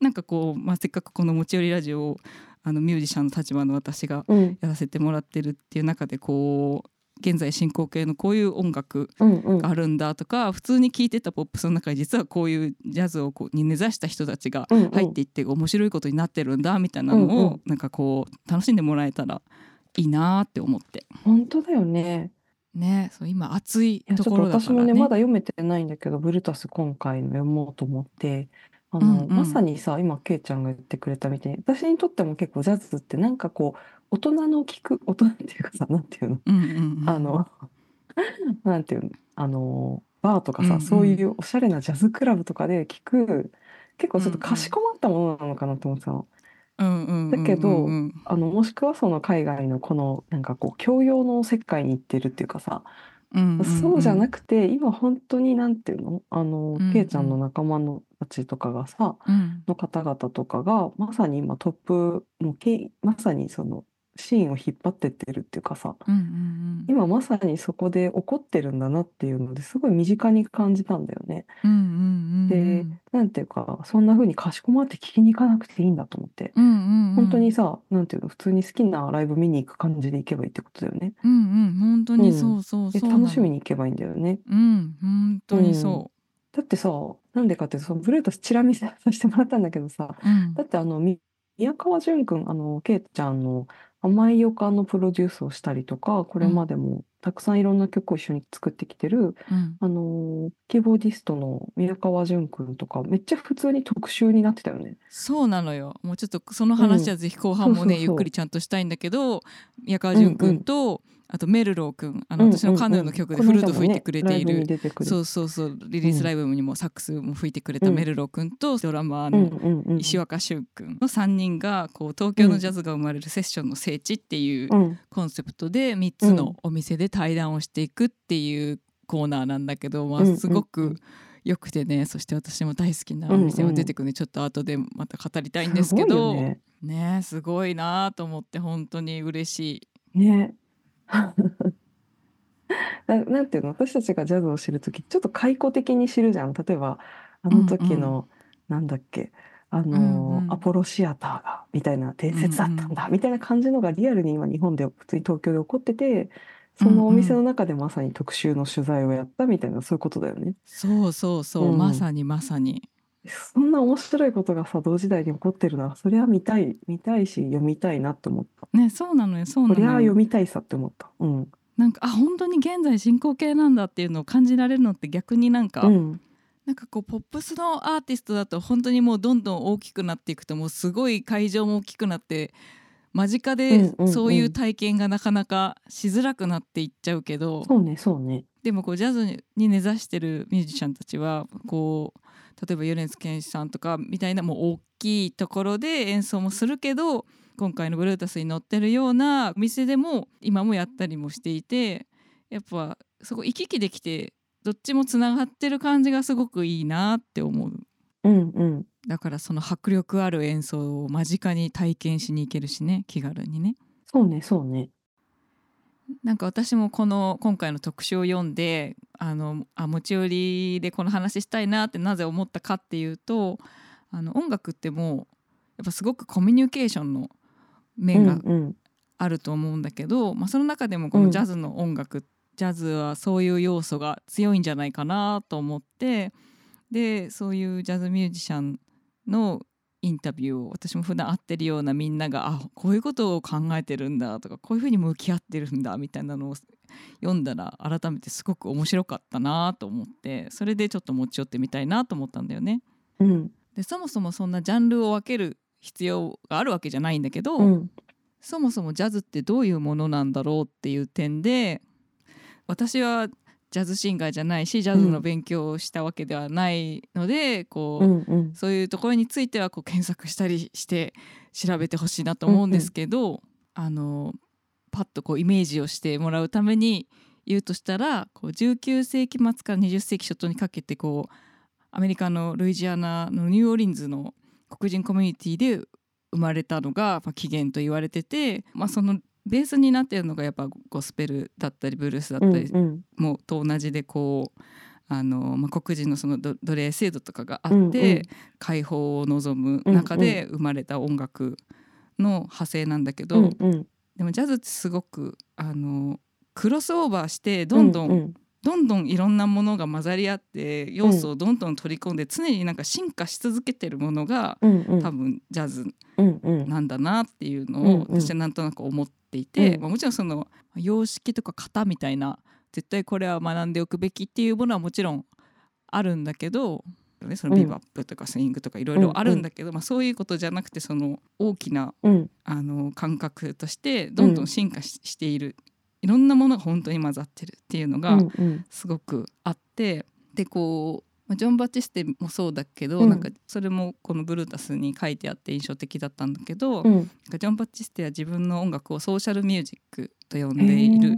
なんかこう、まあ、せっかくこの持ち寄りラジオをあのミュージシャンの立場の私がうんやらせてもらってるっていう中でこう現在進行形のこういう音楽うんうんがあるんだとか普通に聴いてたポップスの中に実はこういうジャズをこうに根ざした人たちがうんうん入っていって面白いことになってるんだみたいなのうんうをなんかこう楽しんでもらえたらいいなーって思って本当だよね。ねそう今熱いいや、とちょこっとろだ私かもらね、ね。まだ読めてないんだけど、ブルータス今回読もうと思って、あうんの、うんまさにさ、今、ケイちゃんが言ってくれたみたいに、私にとっても結構ジャズってなんかこう、大人の聞く、 大人っていうかさ、なんていうの、うんうんうんあの、 なんていうの、あの、バーとかさ、うんうんそういうおしゃれなジャズクラブとかで聞く、結構ちょっとうんうんかしこまったものなのかなと思ってたの。うんうんうんうんだけどうんあの、もしくはその海外のこの、なんかこう、教養の世界に行ってるっていうかさ、うんうんそうじゃなくくて、今本当になんていうのあの、うんケイちゃんの仲間のたちとかがさ、うんの方々とかが、まさに今トップ、もうけ、まさにその、シーンを引っ張ってってるっていうかさ、うんうんうん今まさにそこで起こってるんだなっていうのですごい身近に感じたんだよね。うんうんうんうんでなんていうか、そんな風にかしこまって聞きに行かなくていいんだと思って。うんうんうん本当にさ、なんていうの、普通に好きなライブ見に行く感じで行けばいいってことだよね。うんうん本当にそうそうで、そうなの楽しみに行けばいいんだよね。うん本当にそだってさ、なんでかっていうと、そのブルータスチラ見せさせてもらったんだけどさ、ううんだってあの、み宮川淳くん、あの、ケイちゃんの甘い予感のプロデュースをしたりとか、これまでもたくさんいろんな曲を一緒に作ってきてる、うんあの、キーボーディストの宮川淳くんとか、めっちゃ普通に特集になってたよね。そうなのよもうちょっとその話はぜひ後半もね、そうそうそうゆっくりちゃんとしたいんだけど宮川淳君と、あとメルロー君あの、私のカヌーの曲でフルート吹いてくれている、そううそうそうリリースライブにもサックスも吹いてくれたうんメルロー君と、ドラマーこの間もねライのブに出てくれてる、うんうんうん、石若俊君の3人がこう東京のジャズが生まれるセッションの聖地っていううんコンセプトで3つのお店で対談をしていくっていうコーナーなんだけど、まうあ、んうんすごく良くてねそして私も大好きなお店も出てくるのでちょっと後でまた語りたいんですけすごどいよね。ねすごいなと思って本当に嬉しい。ね な、なんていうの、私たちがジャズを知るとき、ちょっと解雇的に知るじゃん。例えば、あの時の、なんだっけ、あのうんうんアポロシアターが、みたいな伝説だったうんんうんだ、みたいな感じのがリアルに今日本で、普通に東京で起こってて、そのお店の中でまさに特集の取材をやったみたいな、そういうことだよね。そうそうそう、うんまさにまさに。そんな面白いことがさ、同時代に起こってるなら、そりゃ見たい、見たいし、読みたいなって思った。ねそうなのよそうそなりゃの読よ。みたいさって思った。うん。なんかあ本当に現在進行形なんだっていうのを感じられるのって逆になんか、うん。なんかこうポップスのアーティストだと本当にもうどんどん大きくなっていくともうすごい会場も大きくなって間近うんでうんうんそういう体験がなかなかしづらくなっていっちゃうけど、そうね、そうね。でもこうジャズに根ざしてるミュージシャンたちはこう例えば米津玄師さんとかみたいなもう大きいところで演奏もするけど今回の「ブルータス」に乗ってるようなお店でも今もやったりもしていてやっぱそこ行き来できてどっちもつながってる感じがすごくいいなって思ううんうん。だからその迫力ある演奏を間近に体験しに行けるしね気軽にね。そうね、そうね。なんか私もこの今回の特集を読んであのあ持ち寄りでこの話したいなってなぜ思ったかっていうとあの音楽ってもうやっぱすごくコミュニケーションの面がうんうん、あると思うんだけど、まあ、その中でもこうのんジャズの音楽、ジャズはそういう要素が強いんじゃないかなと思ってでそういうジャズミュージシャンのインタビューを私も普段会ってるようなみんながあこういうことを考えてるんだとかこういうふうに向き合ってるんだみたいなのを読んだら改めてすごく面白かったなと思ってそれでちょっと持ち寄ってみたいなと思ったんだよね。うんでそもそもそんなジャンルを分ける必要があるわけじゃないんだけど、うんそもそもジャズってどういうものなんだろうっていう点で私はジャズシンガーじゃないしジャズの勉強をしたわけではないので、こうう、んうんそういうところについてはこう検索したりして調べてほしいなと思うんですけど、あのパッとこうイメージをしてもらうために言うとしたらこう19世紀末から20世紀初頭にかけてこうアメリカのルイジアナのニューオーリンズの黒人コミュニティで生まれたのが、まあ、起源と言われてて、まあ、そのベースになっているのがやっぱゴスペルだったりブルースだっうんたりうんもうと同じでこうあの、まあ、黒人のその奴奴隷制度とかがあって、うんうん解放を望む中で生まれた音楽の派生なんだけど、うんうんでもジャズってすごくあのクロスオーバーしてどんどん、うんどんどんいろんなものが混ざり合って要素をどんどん取り込んで、常になんか進化し続けてるものがうんうん多分ジャズうんうんなんだなっていうのをうんうん私はなんとなく思っていて、うんまあ、もちろんその様式とか型みたいな絶対これは学んでおくべきっていうものはもちろんあるんだけど、ね、そのうんビバップとかスイングとかいろいろあるんだけど、まあ、そういうことじゃなくてその大きなうんあの感覚としてどんどん進化し,、しているいろんなものが本当に混ざってるっていうのがうんうんすごくあってでこうまあジョン・バティステもそうだけど、うんなんかそれもこの「ブルータス」に書いてあって印象的だったんだけど、うんなんかジョン・バッチステは自分の音楽をソーシャルミュージックと呼んでいる、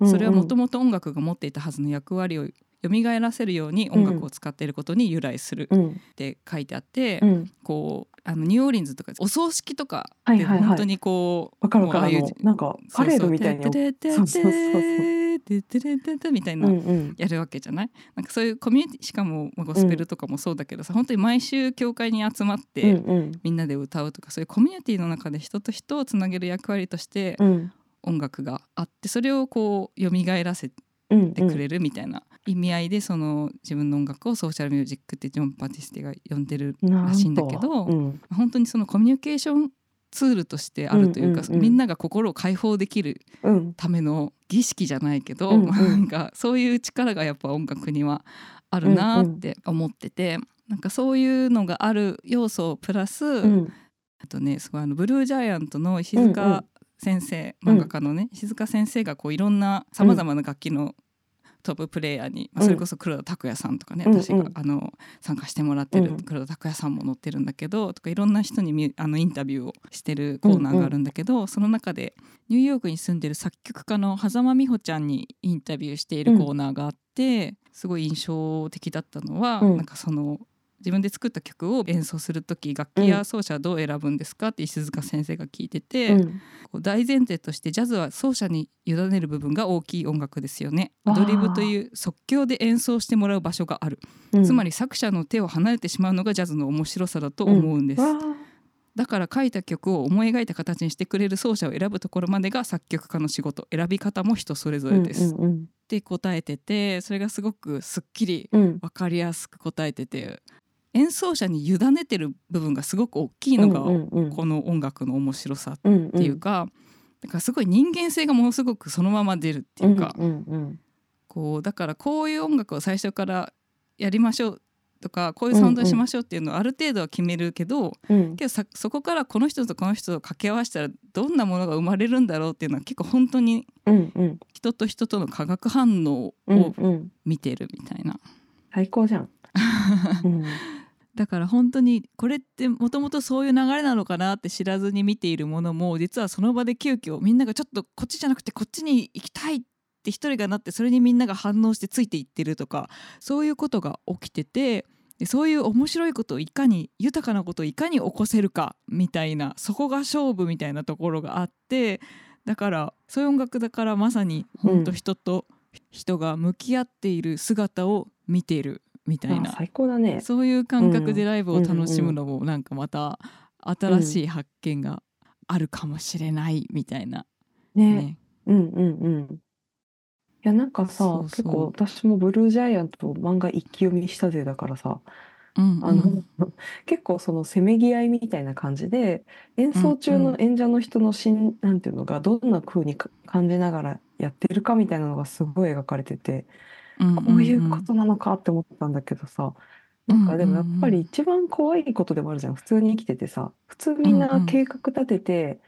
うんそれはもともと音楽が持っていたはずの役割を蘇らせるように音楽を使っていることに由来するうんって書いてあって、うんこうあのニューオーリンズとかお葬式とかはっいてはいはい本当にこう、わかるわかもるあうああいうのなんかパレードみたいにそうそうそうそうそうそうテテテテテみたいなうんうんやるわけじゃないなんかそういうコミュニティしかも、まあ、ゴスペルとかもそうだけどさ、本当に毎週教会に集まって、うんうんみんなで歌うとかそういうコミュニティの中で人と人をつなげる役割としてうん音楽があってそれをこう蘇らせてうんくれるみたいな意味合いでその自分の音楽をソーシャルミュージックってジョン・パティステが呼んでるならしいんだけどうん本当にそのコミュニケーションツールとしてあるというか、うんうんうんみんなが心を解放できるうんための儀式じゃないけど、うんうんまあなんかそういう力がやっぱ音楽にはあるなって思ってて、なんかそういうのがある要素プラス、うんあとねすごいあのブルージャイアントの石うんうん塚先生、うん漫画家のね石塚先生がこういろんなさまざまな楽器のトッププレイヤーに、まあうんそれこそ黒田拓也さんとかね、うんうん私があの参加してもらってうるん黒田拓也さんも載ってるんだけどとかいろんな人にミュあのインタビューをしてるコーナーがあるんだけど、その中でニューヨークに住んでる作曲家の狭間美穂ちゃんにインタビューしているコーナーがあって、すごい印象的だったのは、うんなんかその自分で作った曲を演奏する時楽器や奏者はどう選ぶんですかって石塚先生が聞いてて、うんこう大前提としてジャズは奏者に委ねる部分が大きい音楽ですよねあアードリブという即興で演奏してもらう場所がある、うんつまり作者の手を離れてしまうのがジャズの面白さだと思うんです、わあだから書いた曲を思い描いた形にしてくれる奏者を選ぶところまでが作曲家の仕事選び方も人それぞれです、っうんうんて答えててそれがすごくすっきりうん分かりやすく答えてて演奏者に委ねてる部分がすごく大きいのが、うんうんこの音楽の面白さっうんていうか、だからすごい人間性がものすごくそのまま出るっていうか、うんうんこうだからこういう音楽を最初からやりましょうとかこういうサウンドにしましょうっていうのをある程度は決めるけど、うんけどさそこからこの人とこの人を掛け合わせたらどんなものが生まれるんだろうっていうのは結構本当にうんうん人と人との化学反応うんをうん見てるみたいな。最高 じゃん。うんだから本当にこれってもともとそういう流れなのかなって知らずに見ているものも実はその場で急遽みんながちょっとこっちじゃなくてこっちに行きたいって一人がなってそれにみんなが反応してついていってるとかそういうことが起きててでそういう面白いことをいかに豊かなことをいかに起こせるかみたいなそこが勝負みたいなところがあってだからそういう音楽だからまさに本当人と人が向き合っている姿を見ているみたいなあ。最高だね。そういう感覚でライブを楽しむのもなんかまた新しい発見があるかもしれないみたいな、ね。ね、うんうんうん。やなんかさそうそう結構私もブルージャイアントを漫画一気読みしたぜだからさうんうんあの、 結構そのせめぎ合いみたいな感じで演奏中うんうの演者の人のしん、なんていうのがどんな風にか感じながらやってるかみたいなのがすごい描かれててうんこういんうことなのかって思ったんだけどさなんかでもやっぱうりん一番怖いことでもあるじゃん普通に生きててさ普通みんうんうなん計画立てて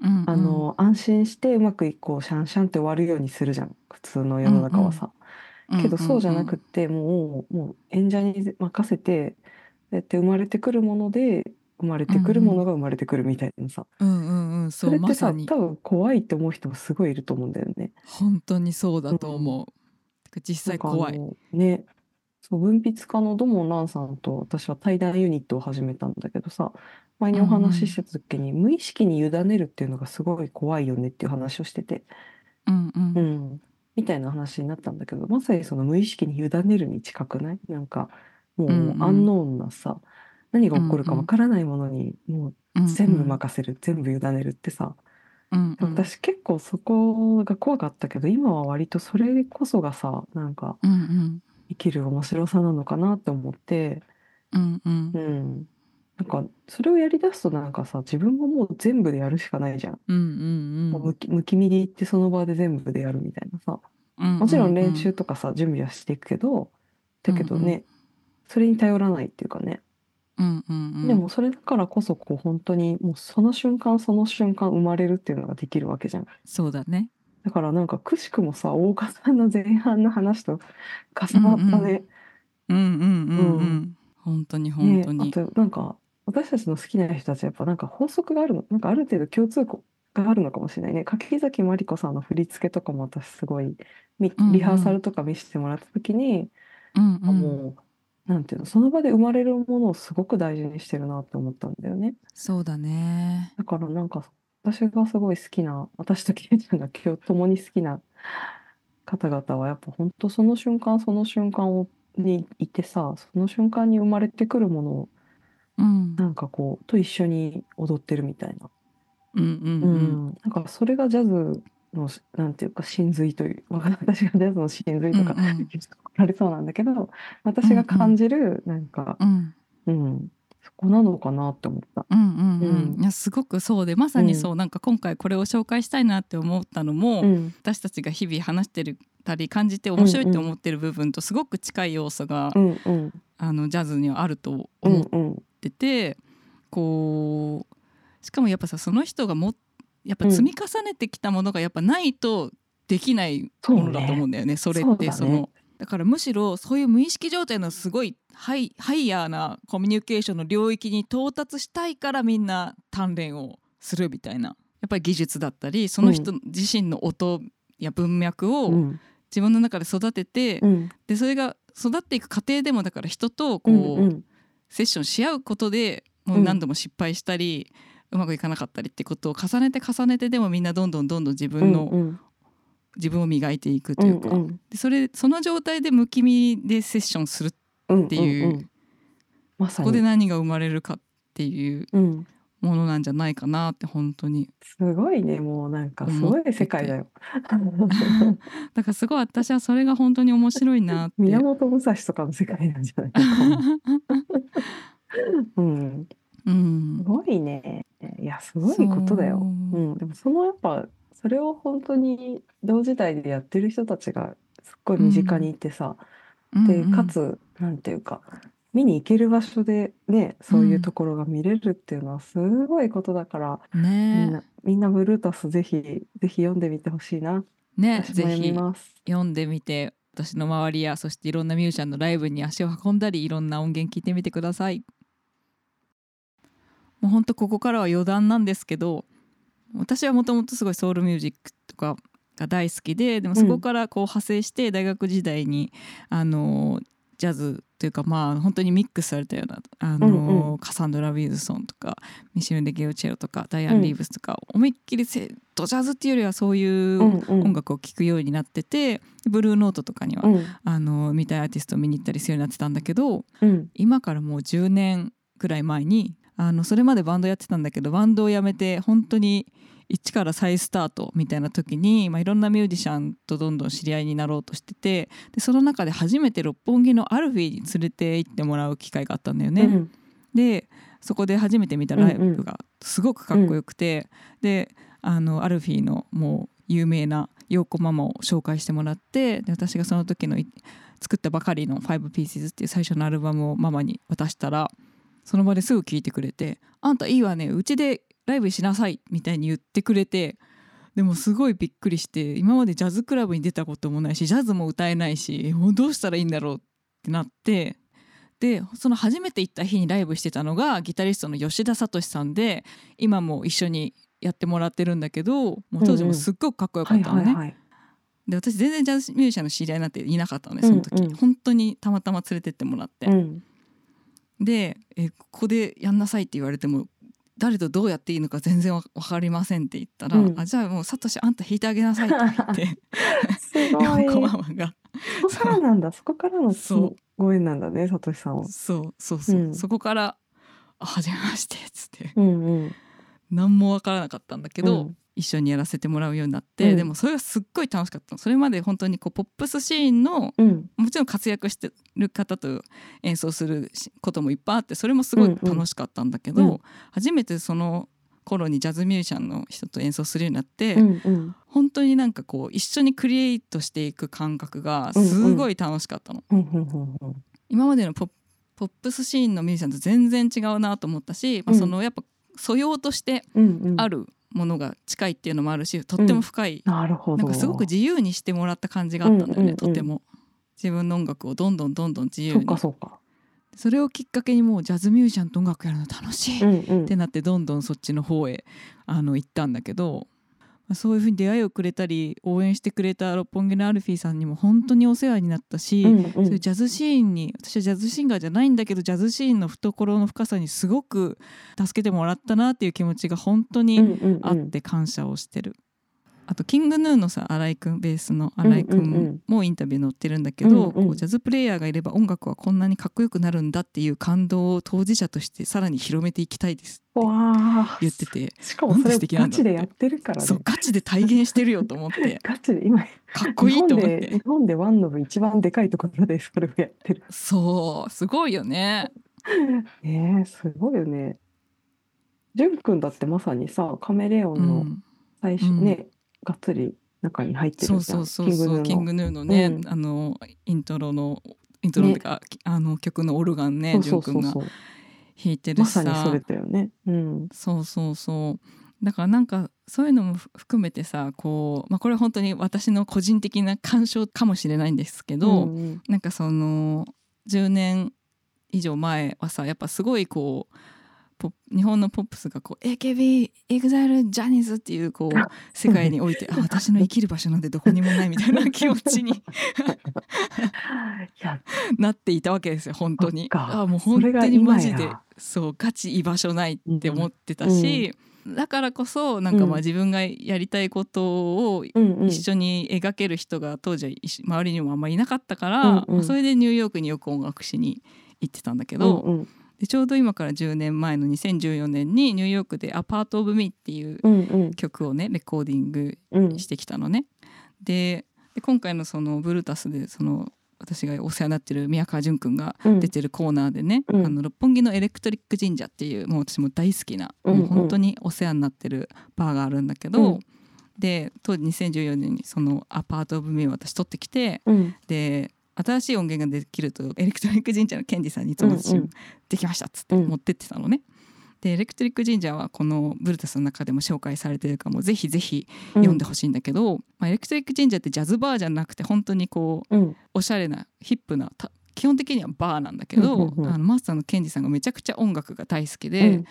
うんうんあの安心してうまくいこうシャンシャンって終わるようにするじゃん普通の世の中はさ。けどそうじゃなくっ、てもうもう演者に任せてそうやって生まれてくるもので生まれてくるものが生まれてくるみたいなさうんうんうんうん、そそうれっまてささに多分怖いって思う人もすごいいると思うんだよね。本当にそうだと思う、てか実な際んかあ怖いのねそう文筆家の土門蘭さんと私は対談ユニットを始めたんだけどさ前にお話ししてた時に無意識に委ねるっていうのがすごい怖いよねっていう話をしてて、うんうんうん、みたいな話になったんだけどまさにその無意識に委ねるに近くないなんかもううんうんアンノーンなさ何が起こるかわからないものにもうんううん全部任せる全部委ねるってさうんうん私結構そこが怖かったけど今は割とそれこそがさなんかうんうん生きる面白さなのかなって思ってうんうんうんなんかそれをやりだすとなんかさ自分ももう全部でやるしかないじゃん。うんうんもううんむきむきみで行ってその場で全部でやるみたいなさうんもちろん練習とかさ準備はしていくけどだけどうんうねそれに頼らないっていうかねうんうんうんでもそれだからこそこう本当にもうその瞬間その瞬間生まれるっていうのができるわけじゃんそうだねだからなんかくしくもさ大岡さんの前半の話と重なったねうんうんうんううん本当に本ね当あに、となんか私たちの好きな人たちはやっぱなんか法則があるのなんかある程度共通項があるのかもしれないね柿崎まりこさんの振り付けとかも私すごいみうんうんリハーサルとか見せてもらった時に、うんうん、もうなんていうのその場で生まれるものをすごく大事にしてるなって思ったんだよねそうだねだからなんか私がすごい好きな私とケイちゃんが今日共に好きな方々はやっぱ本当その瞬間その瞬間をにいてさその瞬間に生まれてくるものをうんなんかこうと一緒に踊ってるみたいな、うんうんうんうんなんかそれがジャズのなんていうか真髄というわかんない私がジャズの真髄とかうんうん言ってこられそうなんだけど私が感じるなんか、うんうん、そこなのかなって思った。うんうんううんんいやすごくそうでまさにそう、なんか今回これを紹介したいなって思ったのも、うん、私たちが日々話してるたり感じて面白いって思ってる部分とすごく近い要素が、うん、うん、あのジャズにはあるとう思っん、うん、てて、こうしかもやっぱさその人がもやっぱうん積み重ねてきたものがやっぱないとできないものだと思うんだよねそねれってそそうだのねだ,、からむしろそういう無意識状態のすごいハイハイヤーなコミュニケーションの領域に到達したいからみんな鍛錬をするみたいなやっぱり技術だったりその人自身の音や文脈うをん、自分の中で育てて、うん、でそれが育っていく過程でもだから人とこうう、ん、うん、セッションし合うことでもう何度も失敗したり、うまくいかなかったりってことを重ねて重ねてでもみんなどんどんどんどん自う分ん、の、うん、自分を磨いていくとういんうか、でそれその状態でむきみでセッションするうん、ていううんうんまさここでに。何が生まれるかっていううん、ものなんじゃないかなって本当 にすごいね、もうなんかすごい世界だよ。だからすごい私はそれが本当に面白いなって。宮本武蔵とかの世界なんじゃないかな。うん、 うんすごいね。いや、すごいことだよ。、そううんでもそのやっぱそれを本当に同時代でやってる人たちがすっごい身近にいてさ、でかつなんていうか見に行ける場所でねそういうところが見れるっていうのはすごいことだから、うんみねんなみんなブルータスぜひぜひ読んでみてほしいなね私ぜも読みひます。読んでみて私の周りやそしていろんなミュージシャンのライブに足を運んだりいろんな音源聞いてみてくださいもうほんとここからは余談なんですけど私はもともとすごいソウルミュージックとかが大好きででもそこからこう派生して大学時代に、あのジャズというかまあ本当にミックスされたようなあの、うんうカサンドラ・ウィルソンとかミシェル・デ・ゲオチェロとかダイアン・リーブスとか、思いっきりせドジャズっていうよりはそういううんうん音楽を聴くようになっててブルーノートとかには、うんあの見たいアーティストを見に行ったりするようになってたんだけどうん今からもう10年くらい前にあのそれまでバンドやってたんだけどバンドをやめて本当に一から再スタートみたいな時に、まあ、いろんなミュージシャンとどんどん知り合いになろうとしててでその中で初めて六本木のアルフィーに連れて行ってもらう機会があったんだよね。うんでそこで初めて見たライブがすごくかっこよくて、であのアルフィーのもう有名な陽子ママを紹介してもらってで私がその時のい作ったばかりの「5 Pieces」っていう最初のアルバムをママに渡したらその場ですぐ聴いてくれて「あんたいいわねうちでライブしなさい」みたいに言ってくれて。でもすごいびっくりして今までジャズクラブに出たこともないしジャズも歌えないしもうどうしたらいいんだろうってなってでその初めて行った日にライブしてたのがギタリストの吉田聡さんで今も一緒にやってもらってるんだけどもう当時もすっごくかっこよかはっいたのはね、いはい。で私全然ジャズミュージシャンの知り合いなんていなかったのねその時、うんうん本当にたまたま連れてってもらって、うんでえ「ここでやんなさい」って言われても誰とどうやっていいのか全然わ分かりませんって言ったら「うんあじゃあもうサトシあんた弾いてあげなさい」って言って すごい。洋子ママがそこからなんだ。そこからのそうご縁なんだね、さとしさんは。そうそうそう、うんそこから「あはじめまして」っつってうんうん。何も分からなかったんだけど、うん一緒にやらせてもらうようになって、うんでもそれがすっごい楽しかったのそれまで本当にこうポップスシーンのうんもちろん活躍してる方と演奏するしこともいっぱいあってそれもすごい楽しかったんだけど、うんうん初めてその頃にジャズミュージシャンの人と演奏するようになって、うんうん本当になんかこう一緒にクリエイトしていく感覚がすごい楽しかったの。うんうんうん今までのポッポップスシーンのミュージシャンと全然違うなと思ったし、まあ、うんそのやっぱ素養としてうんうん。あるものが近いっていうのもあるしとっても深い、なるなほど。んかすごく自由にしてもらった感じがあったんだよね、うんうんうんとても自分の音楽をどんどんどんどん自由そにうかそうか。それをきっかけにもうジャズミュージシャンと音楽やるの楽しいっうんうんて。なってどんどんそっちの方へあの行ったんだけどまあそういうふうに出会いをくれたり応援してくれた六本木のアルフィーさんにも本当にお世話になったし、うんうそういうんジャズシーンに私はジャズシンガーじゃないんだけどジャズシーンの懐の深さにすごく助けてもらったなっていう気持ちが本当うんにうんあって感謝をしてる。あとキングヌーのさ新井くんベースの新井くうんうんうんんもインタビュー載ってるんだけど、うんうんこうジャズプレイヤーがいれば音楽はこんなにかっこよくなるんだっていう感動を当事者としてさらに広めていきたいですってわあ言っててしかもそれをガチでやってるからねそうガチで体現してるよと思ってガチで今かっこいいと思っ日本で日て本でワンノブ一番でかいところでそれをやってるそうすごいよね。ねえすごいよね潤くんだってまさにさカメレオンの最初、うんねがっつり中に入ってそるうじそゃんうそうそうキキンンググヌーのね、うんあのイントロのイントロっていうか、あの曲のオルガンヌねーのジュそンう君そうがそうそう弾いてるましさ、さにそれだよねうんそうそうそうだからなんかそういうのも含めてさこう、まあ、これは本当に私の個人的な鑑賞かもしれないんですけど、うんうんなんかその10年以上前はさやっぱすごいこうポップ日本のポップスがこう AKB、EXILE、ジャニーズっていうこう世界にお いてあ私の生きる場所なんてどこにもないみたいな気持ちにいやなっていたわけですよ本当に。 そっかあもう本当にマジそれでが今やそうガチ居場所ないって思ってたし、だからこそなんかまあうん自分がやりたいことをうんうん一緒に描ける人が当時は一緒周りにもあんまりいなかったから、うんうんまあそれでニューヨークによく音楽しに行ってたんだけど、うんでちょうど今から10年前の2014年にニューヨークで「アパート・オブ・ミー」っていううんうん曲をねレコーディングうんうんしてきたのね。でで今回のそのブルータスでその私がお世話になってる宮川淳君がうん出てるコーナーでね、うんあの六本木のエレクトリック神社っていうもう私も大好きな、うんうんもう本当にお世話になってるバーがあるんだけど、うんで当時2014年にそのアパート・オブ・ミーを私撮ってきてうんで新しい音源ができるとエレクトリック神社のケンジさんにいつも私うんうんできましたっつってうん持ってってたのね。でエレクトリック神社はこのブルータスの中でも紹介されてるからもうぜひぜひ読んでほしいんだけど、まあ、エレクトリック神社ってジャズバーじゃなくて本当にこううんおしゃれなヒップなた基本的にはバーなんだけど、うんうんうんあのマスターのケンジさんがめちゃくちゃ音楽が大好きうで、ん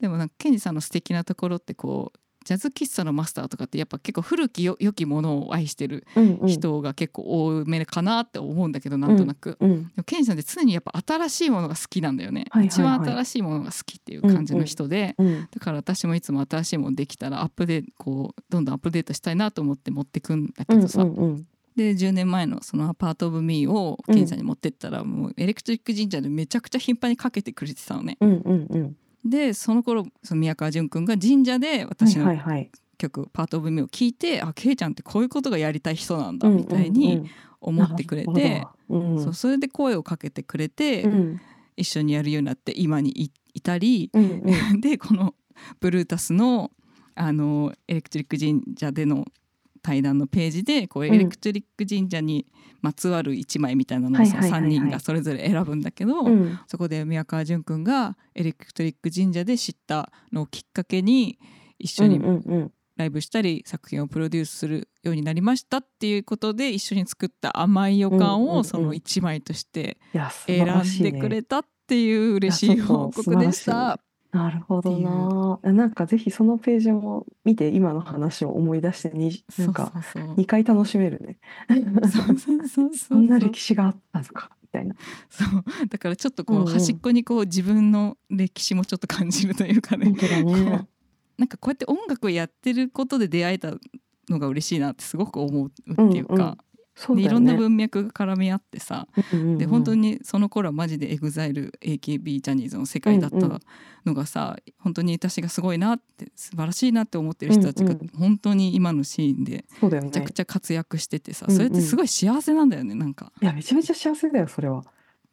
でもなんかケンジさんの素敵なところってこうジャズ喫茶のマスターとかってやっぱ結構古きよ良きものを愛してるうんうん人が結構多めかなって思うんだけどなんとなく。うんでもケンジさんって常にやっぱ新しいものが好きなんだよね、はいはいはい一番新しいものが好きっていう感じの人で、うんだから私もいつも新しいものできたらアップデートこうどんどんアップデートしたいなと思って持ってくんだけどさ、うんうんで10年前のその「アパート・オブ・ミー」をケンさんに持ってったら、もうエレクトリック神社でめちゃくちゃ頻繁にかけてくれてたのね。うんうんうんでその頃その宮川淳君が神社で私はのいはいはい曲「パート・オブ・ミー」を聞いてあケイちゃんってこういうことがやりたい人なんだみたいに思ってくれて、うんうんうんそうそれで声をかけてくれて、うん一緒にやるようになって今にいいたり、うんうん でこのブルータスのあのエレクトリック神社での対談のページでこううんエレクトリック神社にまつわる一枚みたいなのをはいそはいのはいはい3人がそれぞれ選ぶんだけど、うんそこで宮川淳くんがエレクトリック神社で知ったのをきっかけに一緒にうんうんライブしたり作品をプロデュースするようになりましたっていうことで一緒に作った甘い予感うんうんうをんその一枚としていや素晴選らしんでいねくれたっていう嬉しいいやそうそう報告でし素晴らた。なるほどななんかぜひそのページも見て今の話を思い出してにそなうんそかうそう2回楽しめるねそうそうそうそんな歴史があったのかみたいなそうだからちょっとこう、うんうん端っこにこう自分の歴史もちょっと感じるというかね本当だこねうなんかこうやって音楽をやってることで出会えたのが嬉しいなってすごく思うっていううんうんか、そうでだいろよんなね文脈が絡み合ってさ、で本当にその頃はマジで EXILEAKB ジャニーズの世界だったうんうんのがさ、本当に私がすごいなって素晴らしいなって思ってる人たちがうんうん本当に今のシーンでそうだよめちゃねくちゃ活躍しててさ、うんうんそれってすごい幸せなんだよねなんかいやめちゃめちゃ幸せだよそれは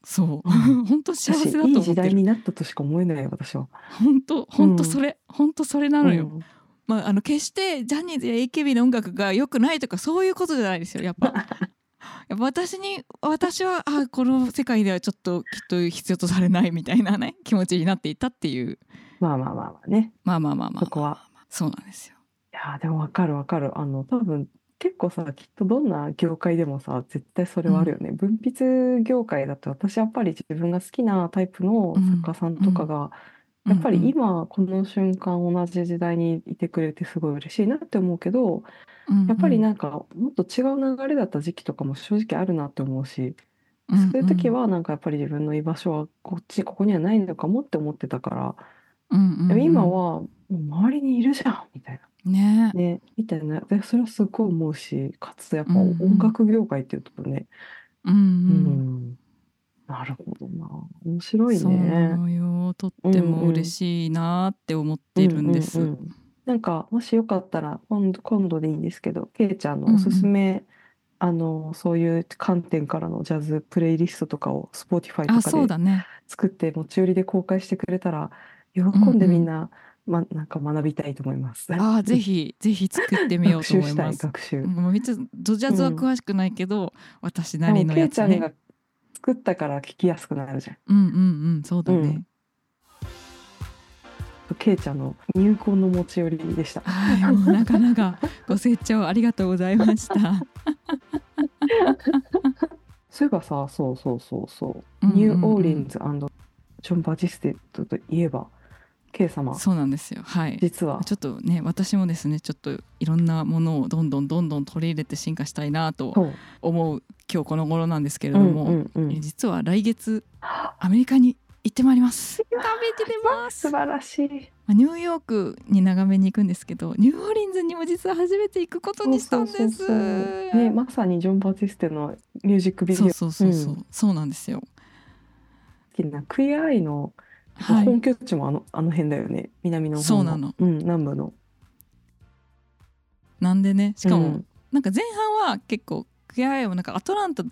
そう、う 本当幸せだとい思っいて時る代になったとしか思えないよ私は本当本当それ、本当それなのよ、うんまああの決してジャニーズや AKB の音楽が良くないとかそういうことじゃないですよやっぱ やっぱ私に私はあこの世界ではちょっときっと必要とされないみたいなね気持ちになっていたっていうまあまあまあまあねまあまあまあまあそこはそうなんですよいやーでもわかるわかるあの多分結構さきっとどんな業界でもさ絶対それはあるよね、文筆業界だと私やっぱり自分が好きなタイプの作家さんとかが、やっぱり今この瞬間同じ時代にいてくれてすごい嬉しいなって思うけどやっぱりねなんかもっと違う流れだった時期とかも正直あるなって思うしそういう時はなんかやっぱり自分の居場所はこっちここにはないのかもって思ってたからでも今はもう周りにいるじゃんみたいな。ねね、みたいな、で、それはすごい思うし、かつやっぱうんうん音楽業界っていうとね、ううんん、なるほどな、面う白んいそうなね。のよとっても嬉しいなって思ってるんです、うんうんうんなんか、もしよかったら、今度、今度でいいんですけど、けいちゃうんんうのんおすすめ、あの、そういう観点からのジャズプレイリストとかを Spotify あとそうかでだね作って持ち寄りで公開してくれたら、喜んでみんな、ま、なんか学びたいと思います。あーぜひぜひ作ってみよう学と習思いしたまい、す 学習。もうめっちゃドジャズは詳しくないけど、私なでりのもケイやつちゃんね。が作ったから聞きやすくなるじゃうんうんうん、そうだね。うんん。ケイちゃんの入魂の持ち寄りでした。はい、もうなかなかご清聴ありがとうございま した。そういえばさ、そうそうそうそう。うんうんうんニューオーリンズジョン・バティステッドといえば、ケイ様、そうなんですよ。はい。実はちょっとね、私もですね、ちょっといろんなものをどんどんどんどん取り入れて進化したいなとそう、思う今日この頃なんですけれうどんも、うんうえん、実は来月アメリカに行ってまいります。旅に出ます素。晴らしい。まあニューヨークに長めに行くんですけど、ニューオーリンズにも実は初めて行くことにしたんです。そうそうそうね、まさにジョン・バティステのミュージックビデそオう好そうそうそう、うそうなんですよ。きなクイアアイのはい、本拠地もあの,、あの辺だよね、南の方そうなのうん、南部の。なんでね、しかも、うんなんか前半は結構クエアアイもなんかアトランタ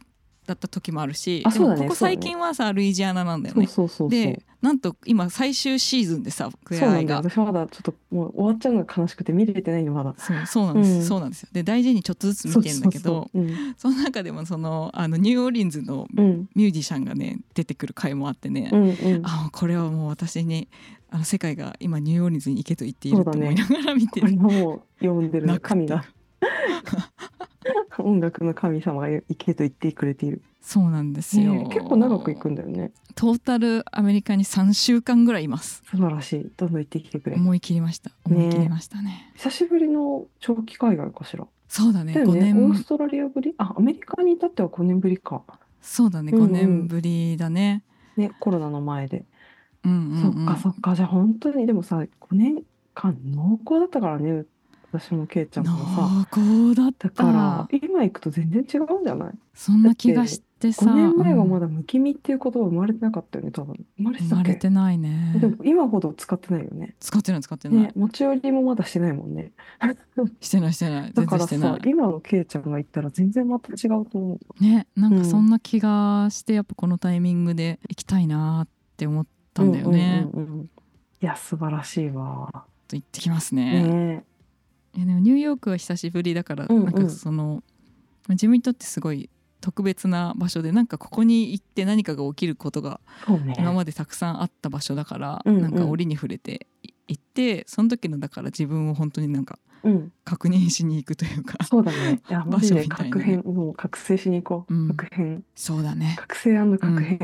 だった時もあるし、あそうだねでもここそうだね最近はさ、ルイジアナなんだよそうね。そうそうそう。で、なんと今最終シーズンでさ、クエそうアなアイんだよが。私まだちょっともう終わっちゃうのが悲しくて見れてないのまだそうそうなんです、うんそうなんですよで大事にちょっとずつ見てるんだけどそうそうそうその中でもそのあのニューオーリンズのうんうんミュージシャンがね出てくる回もあってね、うんうんあこれはもう私にあの世界が今ニューオーリンズに行けと言っていると思いながら見てこれる、はもう呼んで泣るく神が 音楽の神様が行けと言ってくれている、そうなんですよ、ねえ、結構長く行くんだよねトータルアメリカに3週間ぐらいいます素晴らしいどんどん行ってきてくれ思い切りましたね思い切りましたね久しぶりの長期海外かしらそうだねだよ5ねオース年トラリアぶりあアメリカに至っては5年ぶりかそうだねうんう5ん年ぶりだね、ねコロナの前で、うんうんうん、そっかそっかじゃあ本当にでもさ5年間濃厚だったからね私もケイちゃんもさ濃厚だっただから今行くと全然違うんじゃないそんな気がしってさ5年前はうんまだむきみっていう言葉生まれてなかったよね、多分。生まれて生たっまけれてないねでも今ほど使ってないよね。使ってない使ってない、ね、持ち寄りもまだしてないもんね。してないしてないだ全か然らしてさな、今のケイちゃんが言ったら全然また違うと思う。いねなんうかんそんな気がしてやっぱこのタイミングで行きたいなーって思ったんだよね、うんうんうんうんいや、素晴らしいわ。と行ってきますねねいやでもニューヨークは久しぶりだから、うんうんなんかその自分にとってすごい特別な場所でなんかここに行って何かが起きることがそうね。今までたくさんあった場所だから、うんうんなんか折に触れてい行ってその時のだから自分を本当になんかうん、確認しに行くというかそうだね。いや、マジ場所でみ確たいなね変、もう覚醒しに行こう。うん確変、そうだね覚醒確変。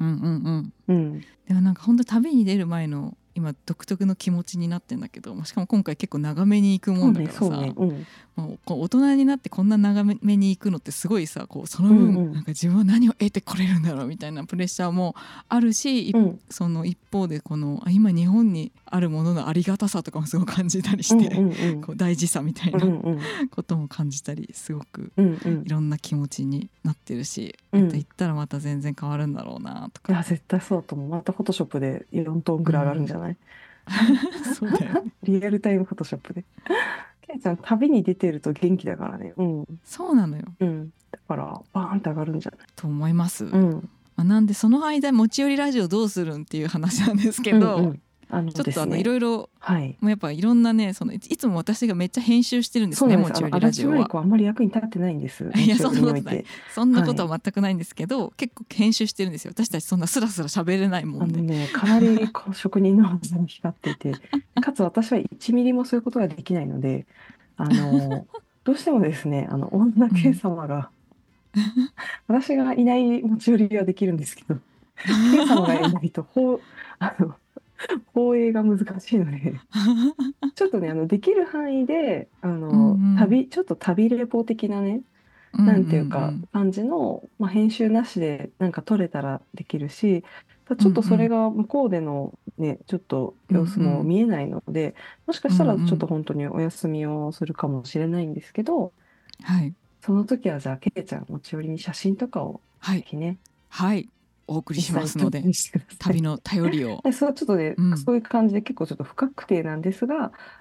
うんうんうんうん。でもなんか本当旅に出る前の今独特の気持ちになってんだけどしかも今回結構長めに行くそもうんだかね、らさそうね。うん。もうこう大人になってこんな長めに行くのってすごいさこうそのうんう分んなんか自分は何を得てこれるんだろうみたいなプレッシャーもあるし、いうん。その一方でこのあ今日本にあるもののありがたさとかもすごく感じたりうしんて、うんうん。こう大事さみたいうんなうんことも感じたりすごくうんうんいろんな気持ちになってるし、うんまた行ったらまた全然変わるんだろうなといかや、絶対そうだと思う。またフォトショップで4トーンぐらい上がるんじゃないそうだよねリアルタイムフォトショップで。 ケイちゃん、旅に出てると元気だからね。うん。 そうなのようん。だから、バーンって上がるんじゃないと思います、まん。あなんでその間持ち寄りラジオどうするんっていう話なんですけど、うんうんあのちょっとですあのねいろいろはい。もうやっぱいろんなねそのいいつも私がめっちゃ編集してるんですそうなねんもですちろよ。んあのラジオ足は早くあんまり役に立ってないんです。いや日曜日におそんなこいとないてそんなことは全くないんですけど、結構編集してるんですよ私たちそんなスラスラ喋れないもあんで、のね、かな りこう職人の技が光っていて、かつ私は1ミリもそういうことができないので、あの、どうしてもですね、あの、女系様が、私がいない持ち寄りはできるんですけど、ケイ 様がいないと、ほう、あの、放映が難しいので、ちょっとね、あの、できる範囲で、あのうんうん、旅、ちょっと旅レポ的なね、なんていうか感じの、まあ、編集なしでなんか撮れたらできるし、ただちょっとそれが向こうでのね、ちょっと様子うんうもん見えないので、もしかしたらうんうんちょっと本当にお休みをするかもしれないんですけど、はいその時はじゃあケイちゃん持ち寄りに写真とかをはいぜひね、はいお送りしますので実際に撮ったりしてください旅の頼りをでそれはちょっとね、うんそういう感じで結構ちょっと不確定なんですが、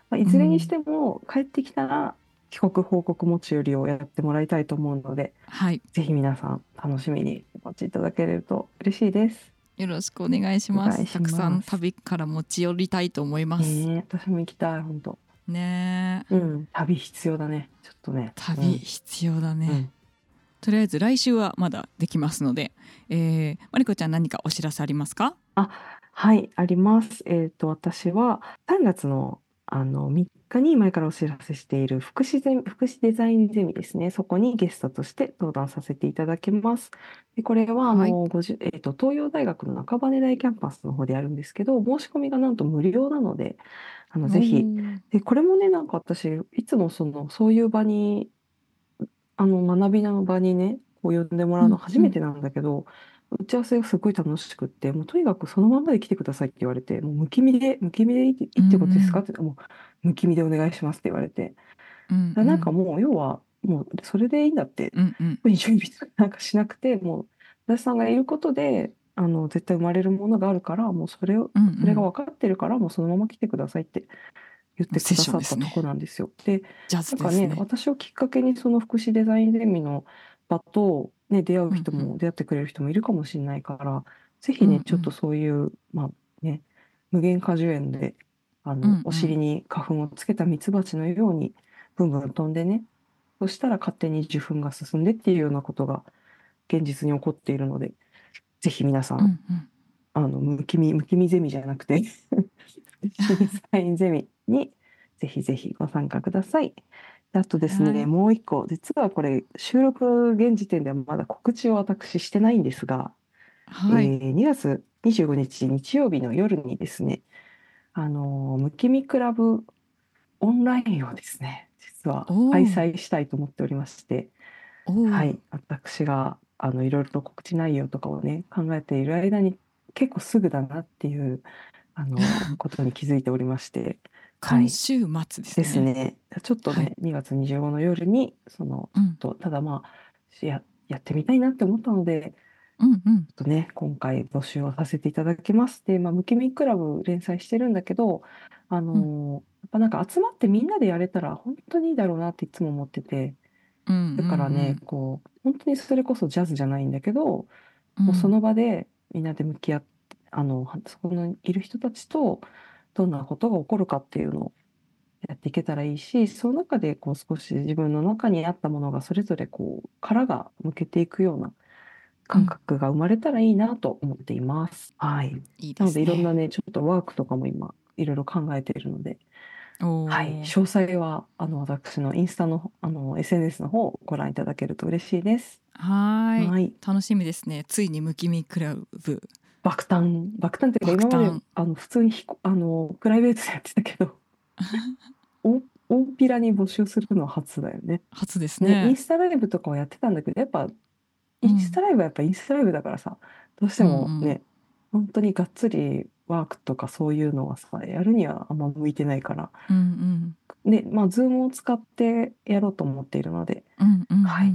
まあ、いずれにしても帰ってきたら帰国報告持ち寄りをやってもらいたいと思うので、はいぜひ皆さん楽しみにお待ちいただけると嬉しいです。よろしくお願いしますお願いしたますくさん旅から持ち寄りたいと思います、ねえ、私も行きたい、本当。ねえうん、旅必要だね。ちょっとね。旅必要だね、うん、うんとりあえず来週はまだできますので、えー、マリコちゃん何かお知らせありますかはい、あります。えっ、と、私は3月のあの3日に前からお知らせしている福祉ゼミ、福祉デザインゼミですね。そこにゲストとして登壇させていただきます。で、これはあはいの、ごじゅえっ、と、東洋大学の中羽台キャンパスの方でやるんですけど、申し込みがなんと無料なので、あの、ぜひ、で、これもね、なんか私、いつもその、そういう場に、あの、学びの場にね、こう呼んでもらうの初めてなんだけど、打ち合わせがすごい楽しくって、もうとにかくそのまんまで来てくださいって言われて、もうむきみで、むきみでいいっていいってことですかって、もう、むきみでお願いしますって言われて、うんだからなんかもう、要は、もう、それでいいんだって、うんうん特に準備とかなんかしなくて、もう、足立さんがいることで、あの、絶対生まれるものがあるから、もうそれを、うんうんそれが分かってるから、もうそのまま来てくださいって言ってくだセさッションっでたすとねこなんですよ。で、ジャズなでんかすね、ね私をきっかけにその福祉デザインゼミの場と、ね、出会う人うんも、出会ってくれる人もいるかもしれないから、ぜひうんうねん、ちょっとそういう、まあね、無限果樹園で、あうんうのん、お尻に花粉をつけたミツバチのように、ブンブン飛んでね、そしたら勝手に受粉が進んでっていうようなことが現実に起こっているので、ぜひ皆さ、うんんうんあの、むきみ、むきみゼミじゃなくて、 審査員ゼミに、ぜひぜひご参加ください。であとですね、はいもう一個、実はこれ、収録現時点ではまだ告知を私してないんですが、はい、えー2月25日日曜日の夜にですね、あのー、むきみクラブオンラインをですね、実はおー開催したいと思っておりまして、おーはい、私があのいろいろと告知内容とかをね考えている間に結構すぐだなっていう あのことに気づいておりまして今週末ですね。ですねちょっとはねい2月25の夜にそのうんとただまあしややってみたいなって思ったので、うんうんちょっとね、今回募集をさせていただきます。で、まあ、ムキミクラブ連載してるんだけど、あのーやっぱなんか集まってみんなでやれたら本当にいいだろうなっていつも思ってて、うんだからね、こう、本当にそれこそジャズじゃないんだけど、もうその場でみんなで向き合って、あの、そこにいる人たちとどんなことが起こるかっていうのをやっていけたらいいし、その中でこう少し自分の中にあったものがそれぞれこう殻が向けていくような感覚が生まれたらいいなと思っています。はい。いいなでのすでねいろんなね、ちょっとワークとかも今いろいろ考えているので、おーはい。詳細はあの私のインスタのあの SNS の方をご覧いただけると嬉しいです。はーいはい。楽しみですねついにムキミクラブ爆誕爆誕っていうか爆誕今まであの普通にひこあのプライベートでやってたけど お大っぴらに募集するのは初だよね初ですねインねスタライブとかをやってたんだけどやっぱうんインスタライブはやっぱインスタライブだからさ、どうしてもね、本当にがっつりワークとかそういうのはさやるにはあんま向いてないからうんでまあズームを使ってやろうと思っているのでうんうんうんうんはい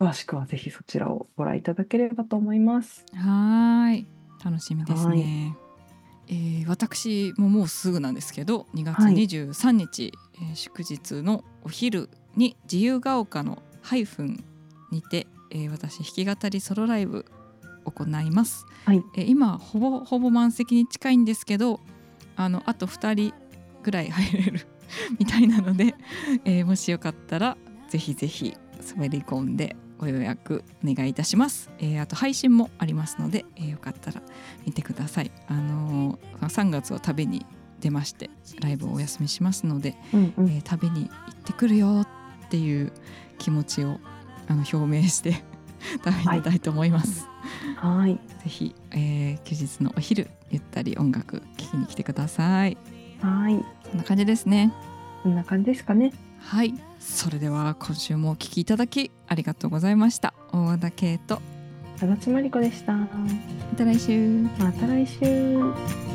詳しくはぜひそちらをご覧いただければと思います。はーい楽しみですね、えー私ももうすぐなんですけど2月はい23日、えー祝日のお昼に自由が丘のハイフンにて、えー私弾き語りソロライブ行います、はいえー今ほぼほぼ満席に近いんですけどあのあと2人ぐらい入れる みたいなので、えーもしよかったらぜひぜひ滑り込んでご予約お願いいたします、えーあと配信もありますので、えーよかったら見てくださいあのー3月は旅に出ましてライブをお休みしますので、うんうんえー旅に行ってくるよっていう気持ちをあの表明して 旅に出たいと思います、はいぜひ、えー休日のお昼ゆったり音楽聴きに来てくださいはいこんな感じですねこんな感じですかね。はいそれでは今週もお聞きいただきありがとうございました大和田圭と足立真理子でした。また来週また来週。 「